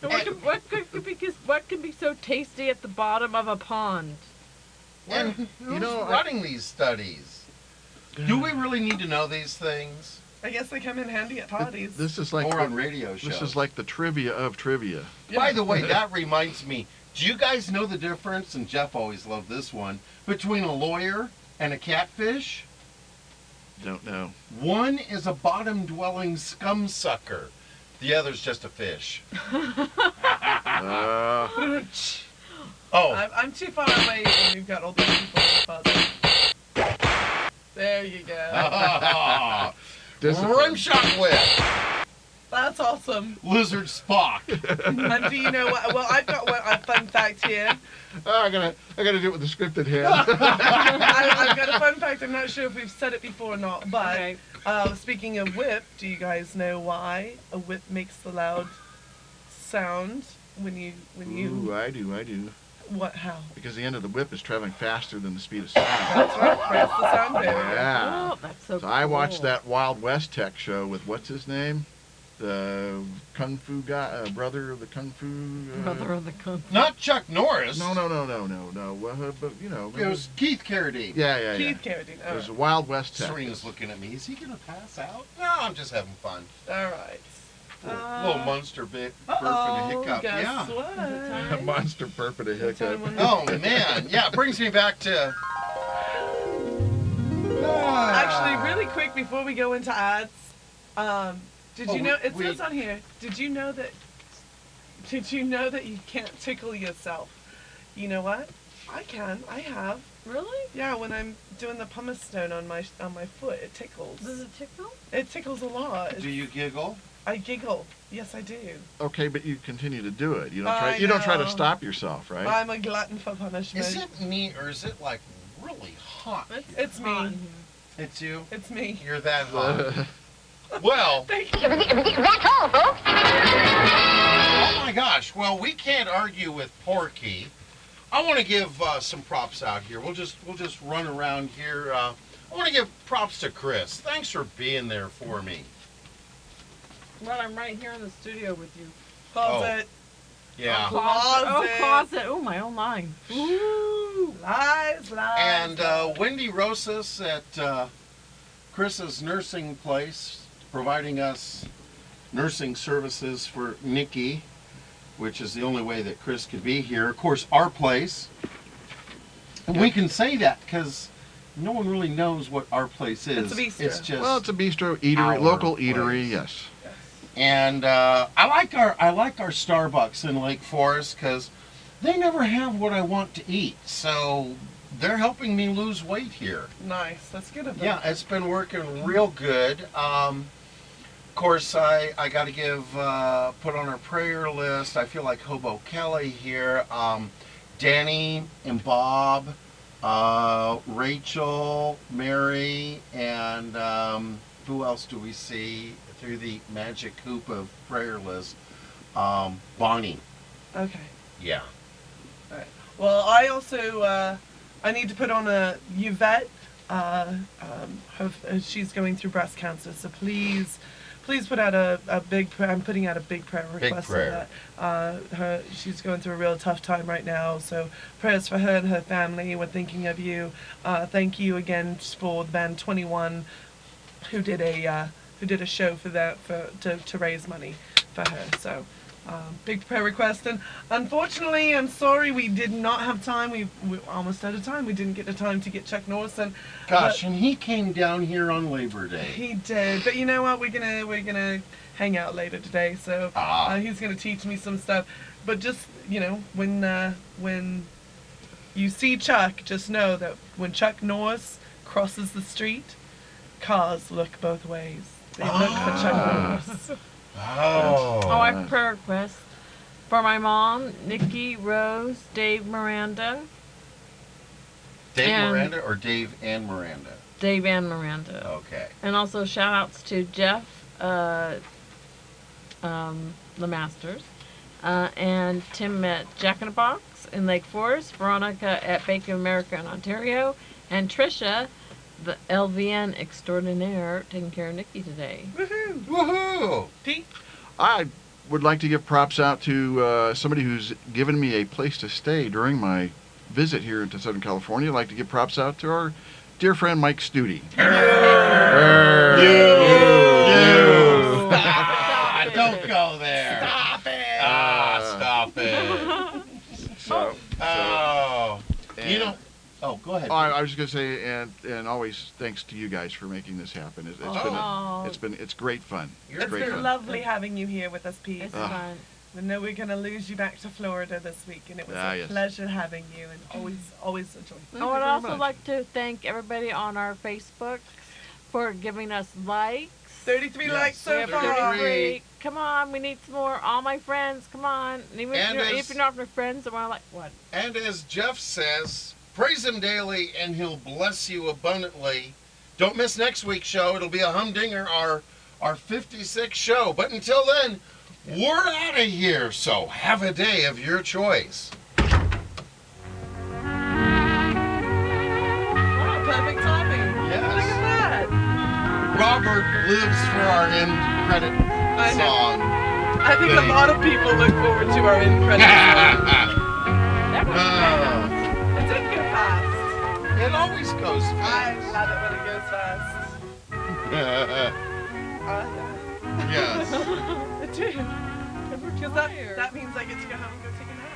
And What could, what, could, could be, what could be so tasty at the bottom of a pond? And who's know, I- running these studies? Do we really need to know these things? I guess they come in handy at parties. This is like or on the, radio shows? this is like the trivia of trivia. *laughs* By the way, that reminds me. Do you guys know the difference? And Jeff always loved this one between a lawyer and a catfish. Don't know. One is a bottom-dwelling scum sucker. The other's just a fish. Uh, Oh, *laughs* *laughs* I'm, I'm too far away, and we've got all *laughs* these people in the closet. There you go. Ah. Discipline. Rim shot whip. That's awesome. Lizard Spock. *laughs* And do you know what? Well, I've got one, a fun fact here. Oh, I gotta, I gotta do it with the scripted hand. I, I've got a fun fact. I'm not sure if we've said it before or not, but Okay. uh, speaking of whip, do you guys know why a whip makes the loud sound when you when you Ooh, I do, I do. what how? Because the end of the whip is traveling faster than the speed of sound. That's right. Press the sound barrier. Yeah. Oh, that's so So I watched cool. that Wild West Tech show with what's his name, the Kung Fu guy, uh, brother of the Kung Fu. Uh, Brother of the Kung Fu. Not Chuck Norris. No, no, no, no, no, no. Uh, but you know. It was Keith Carradine. Yeah, yeah, yeah. Keith uh, Carradine. Oh, It All was right. a Wild West Tech. Serena's looking at me. Is he gonna pass out? No, I'm just having fun. All right. Uh, Little monster bit burp and a Uh-oh, hiccup. guess yeah. what? *laughs* A monster burp and a hiccup. Oh man, yeah. It brings me back to. Ah. Actually, really quick before we go into ads, um, did Oh, you know we- it we- says on here? Did you know that? Did you know that you can't tickle yourself? You know what? I can. I have. Really? Yeah, when I'm doing the pumice stone on my on my foot, it tickles. Does it tickle? It tickles a lot. Do you giggle? I giggle. Yes, I do. Okay, but you continue to do it. You don't I try. You don't try to know. stop yourself, right? I'm a glutton for punishment. Is it me or is it like really hot? It's, here? It's me. It's you. It's me. You're that hot. *laughs* well, Thank you. oh my gosh. Well, we can't argue with Porky. I want to give uh, some props out here. We'll just we'll just run around here. Uh, I want to give props to Chris. Thanks for being there for me. Well, I'm right here in the studio with you. oh. Closet. Yeah. Oh, Closet. closet. Oh, my own line. Ooh. Lies, lies. And uh, Wendy Rosas at uh, Chris's nursing place, providing us nursing services for Nikki, which is the only way that Chris could be here. Of course, our place. And we can say that because no one really knows what our place is. It's a bistro. just well, it's a bistro eatery, Our local place. eatery. Yes. and uh, I like our I like our Starbucks in Lake Forest because they never have what I want to eat. So they're helping me lose weight here. nice. That's good of them. Yeah, it's been working real good. Um, of course, I, I got to give, uh, put on our prayer list. I feel like Hobo Kelly here. Um, Danny and Bob, uh, Rachel, Mary, and um, who else do we see through the magic hoop of prayer list? Um, Bonnie. Okay. Yeah. Well, I also uh, I need to put on a Yvette. Uh, um, her, uh, she's going through breast cancer, so please, please put out a, a big prayer. I'm putting out a big prayer request. for prayer. That. Uh, her, she's going through a real tough time right now, so prayers for her and her family. We're thinking of you. Uh, thank you again for the band 21, who did a uh, who did a show for that for to, to raise money for her. So um, big prayer request. And unfortunately, I'm sorry we did not have time. We we almost out of time. We didn't get the time to get Chuck Norris and Gosh, and he came down here on Labor Day. he did. But you know what? We're gonna we're gonna hang out later today. So Ah. uh, he's gonna teach me some stuff. But just you know when uh, when you see Chuck, just know that when Chuck Norris crosses the street, cars look both ways. They look for Ah. Chuck Norris. Oh. Oh, I have a prayer request for my mom, Nikki, Rose, Dave, Miranda, Dave And- Miranda or Dave and Miranda? Dave and Miranda. Okay. And also shout outs to Jeff, uh, um, the Masters, uh, and Tim at Jack in a Box in Lake Forest, Veronica at Bank of America in Ontario, and Trisha, the LVN extraordinaire, taking care of Nikki today. Woohoo! Woohoo! Pete, I would like to give props out to uh, somebody who's given me a place to stay during my visit here into Southern California. I'd like to give props out to our dear friend Mike Studi. Ah, don't go there. Stop it. Ah, stop *laughs* it. So, Oh. you and- don't. Oh, go ahead. Oh, I, I was just gonna say, and and always thanks to you guys for making this happen. It, it's been Oh. a, it's been it's great fun. You're it's great very fun. lovely having you here with us, Pete. It's Ah. fun. We know we're going to lose you back to Florida this week, and it was Ah, a yes. pleasure having you, and always, always a joy. I would very also much. like to thank everybody on our Facebook for giving us likes 33 Yes. likes so We're Thirty-three. far. pretty free. Come on, we need some more. All my friends, come on. And even if And you're, there's- if you're not my friends, am I like what? And as Jeff says, praise him daily and he'll bless you abundantly. Don't miss next week's show. It'll be a humdinger, our, our 56th show. But until then, we're out of here. So have a day of your choice. Wow, perfect timing. Look Yes. at that. Robert lives for our end I credit know. song. I think a lot of people look forward to our end *laughs* credits. That was Ah, it did go fast. it always goes I fast. *laughs* love it when it goes fast. Ah, yes. yeah. It did. I'm Because tired. *laughs* that, that means I get to go home and go take a nap.